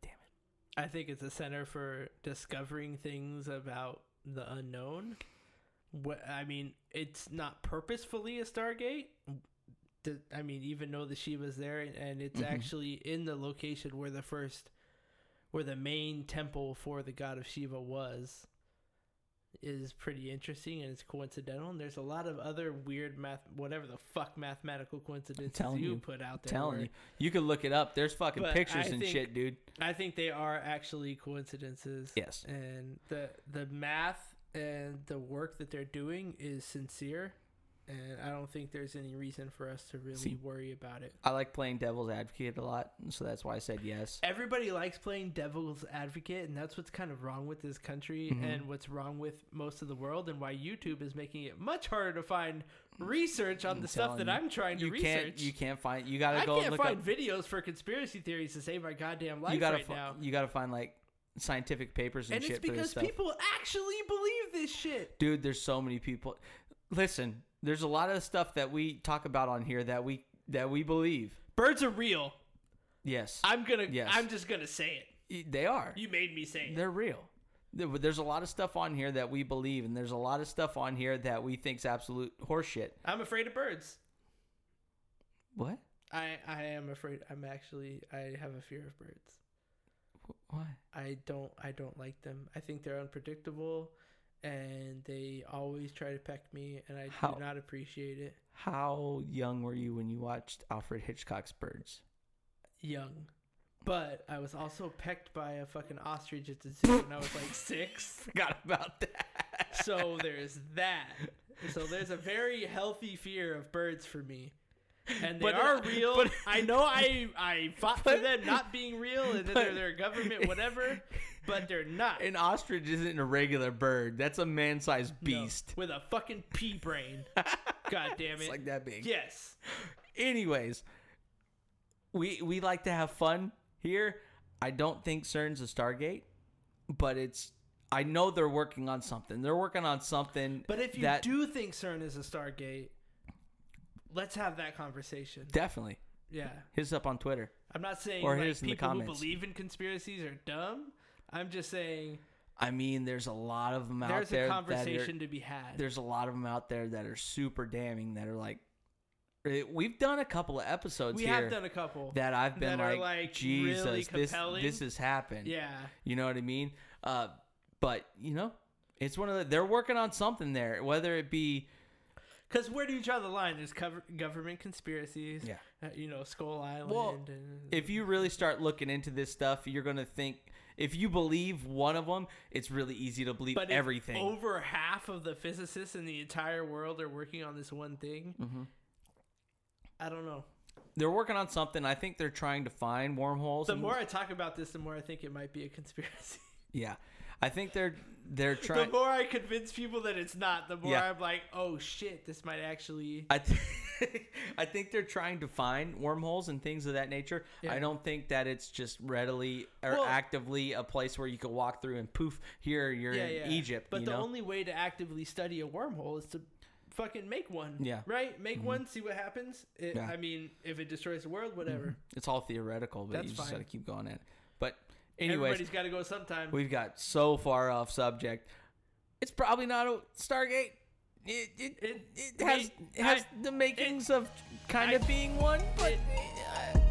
Speaker 2: Damn it.
Speaker 1: I think it's a center for discovering things about the unknown. What I mean, it's not purposefully a Stargate. D- I mean, even though the Shiva's there, and, and it's
Speaker 2: Mhm.
Speaker 1: actually in the location where the first, where the main temple for the god of Shiva was, is pretty interesting and it's coincidental. And there's a lot of other weird math, whatever the fuck mathematical coincidences
Speaker 2: telling
Speaker 1: you,
Speaker 2: you.
Speaker 1: put out there.
Speaker 2: Telling
Speaker 1: where-
Speaker 2: you. You can look it up. There's fucking
Speaker 1: But
Speaker 2: pictures
Speaker 1: I
Speaker 2: and
Speaker 1: think-
Speaker 2: shit, dude.
Speaker 1: I think they are actually coincidences.
Speaker 2: Yes.
Speaker 1: And the the math and the work that they're doing is sincere, and I don't think there's any reason for us to really
Speaker 2: See.
Speaker 1: worry about it.
Speaker 2: I like playing devil's advocate a lot, so that's why I said yes.
Speaker 1: Everybody likes playing devil's advocate, and that's what's kind of wrong with this country
Speaker 2: Mm-hmm.
Speaker 1: and what's wrong with most of the world, and why YouTube is making it much harder to find research on the stuff
Speaker 2: telling
Speaker 1: that
Speaker 2: you.
Speaker 1: I'm trying to
Speaker 2: you
Speaker 1: research.
Speaker 2: can't you can't find you gotta
Speaker 1: I
Speaker 2: go
Speaker 1: can't
Speaker 2: look
Speaker 1: find
Speaker 2: up
Speaker 1: videos for conspiracy theories to save my goddamn life
Speaker 2: you gotta
Speaker 1: right
Speaker 2: fi-
Speaker 1: now.
Speaker 2: you gotta find like scientific papers and,
Speaker 1: And
Speaker 2: shit
Speaker 1: it's
Speaker 2: for this
Speaker 1: because
Speaker 2: stuff
Speaker 1: people actually believe this shit.
Speaker 2: dude there's so many people listen there's a lot of stuff that we talk about on here that we that we believe
Speaker 1: Birds are real.
Speaker 2: yes
Speaker 1: I'm gonna.
Speaker 2: Yes.
Speaker 1: I'm just gonna say it.
Speaker 2: Y- they are
Speaker 1: You made me say it.
Speaker 2: they're real There- but there's a lot of stuff on here that we believe and there's a lot of stuff on here that we think's absolute horseshit
Speaker 1: I'm afraid of birds.
Speaker 2: what
Speaker 1: I I am afraid. I'm actually. I have a fear of birds.
Speaker 2: Wh- why
Speaker 1: I don't. I don't like them. I think they're unpredictable, and they always try to peck me, and I
Speaker 2: How-
Speaker 1: do not appreciate it.
Speaker 2: how young were you when you watched alfred hitchcock's birds <laughs>
Speaker 1: Young. But I was also pecked by a fucking ostrich at the zoo when I was like six.
Speaker 2: forgot about that
Speaker 1: So there's that. So there's a very healthy fear of birds for me. And they
Speaker 2: But-
Speaker 1: are real.
Speaker 2: but-
Speaker 1: I know I I fought for
Speaker 2: But-
Speaker 1: them not being real and that
Speaker 2: but-
Speaker 1: they're their government, whatever, but they're not.
Speaker 2: An ostrich isn't a regular bird. That's a man-sized
Speaker 1: No,
Speaker 2: beast.
Speaker 1: with a fucking pea brain. God damn
Speaker 2: It's
Speaker 1: it.
Speaker 2: like that big.
Speaker 1: Yes.
Speaker 2: Anyways, we we like to have fun here. I don't think CERN's a Stargate, but it's. I know they're working on something. They're working on something.
Speaker 1: But if you
Speaker 2: that,
Speaker 1: do think CERN is a Stargate, let's have that conversation.
Speaker 2: definitely
Speaker 1: Yeah.
Speaker 2: hit us up on Twitter.
Speaker 1: I'm not saying
Speaker 2: Or
Speaker 1: like,
Speaker 2: here's in the
Speaker 1: people who
Speaker 2: comments.
Speaker 1: believe in conspiracies are dumb. I'm just saying
Speaker 2: I mean, there's a lot of them out
Speaker 1: there's
Speaker 2: there.
Speaker 1: a
Speaker 2: that are-
Speaker 1: conversation to be had.
Speaker 2: there's a lot of them out there that are super damning. That are like, eh, we've done a couple of episodes
Speaker 1: We
Speaker 2: here
Speaker 1: have done a couple.
Speaker 2: that I've been
Speaker 1: that are,
Speaker 2: like,
Speaker 1: like, really
Speaker 2: Jesus, this
Speaker 1: compelling."
Speaker 2: this has happened.
Speaker 1: yeah.
Speaker 2: You know what I mean? Uh, but you know, it's one of the they're working on something there, whether it be
Speaker 1: Because where do you draw the line? There's cover- government conspiracies.
Speaker 2: Yeah.
Speaker 1: uh, you know, Skull Island.
Speaker 2: Well,
Speaker 1: and,
Speaker 2: If you really start looking into this stuff, you're gonna think. If you believe one of them, it's really easy to believe
Speaker 1: but if
Speaker 2: everything.
Speaker 1: over half of the physicists in the entire world are working on this one thing.
Speaker 2: Mhm.
Speaker 1: I don't know.
Speaker 2: They're working on something. I think they're trying to find wormholes.
Speaker 1: The
Speaker 2: and-
Speaker 1: more I talk about this, the more I think it might be a conspiracy. <laughs>
Speaker 2: yeah, I think they're they're
Speaker 1: the
Speaker 2: trying.
Speaker 1: more I convince people that it's not, the more
Speaker 2: Yeah.
Speaker 1: I'm like, oh shit, this might actually.
Speaker 2: I, th- <laughs> I think they're trying to find wormholes and things of that nature.
Speaker 1: Yeah.
Speaker 2: I don't think that it's just readily or
Speaker 1: Well-
Speaker 2: actively a place where you could walk through and poof, here you're
Speaker 1: yeah,
Speaker 2: in
Speaker 1: yeah.
Speaker 2: Egypt.
Speaker 1: But
Speaker 2: you
Speaker 1: the
Speaker 2: know?
Speaker 1: only way to actively study a wormhole is to fucking make one.
Speaker 2: Yeah. Mm-hmm.
Speaker 1: Right? Make one, see what happens. It,
Speaker 2: Yeah. Mm-hmm.
Speaker 1: I mean, if it destroys the world, whatever.
Speaker 2: it's all theoretical, but
Speaker 1: That's
Speaker 2: you just
Speaker 1: fine.
Speaker 2: got to keep going at it. But anyways,
Speaker 1: Everybody's got to go sometime.
Speaker 2: we've got so far off subject. It's probably not a Stargate. It it, it,
Speaker 1: It-
Speaker 2: has
Speaker 1: me-
Speaker 2: it has
Speaker 1: I-
Speaker 2: the makings of kind
Speaker 1: I-
Speaker 2: of being one, but. uh,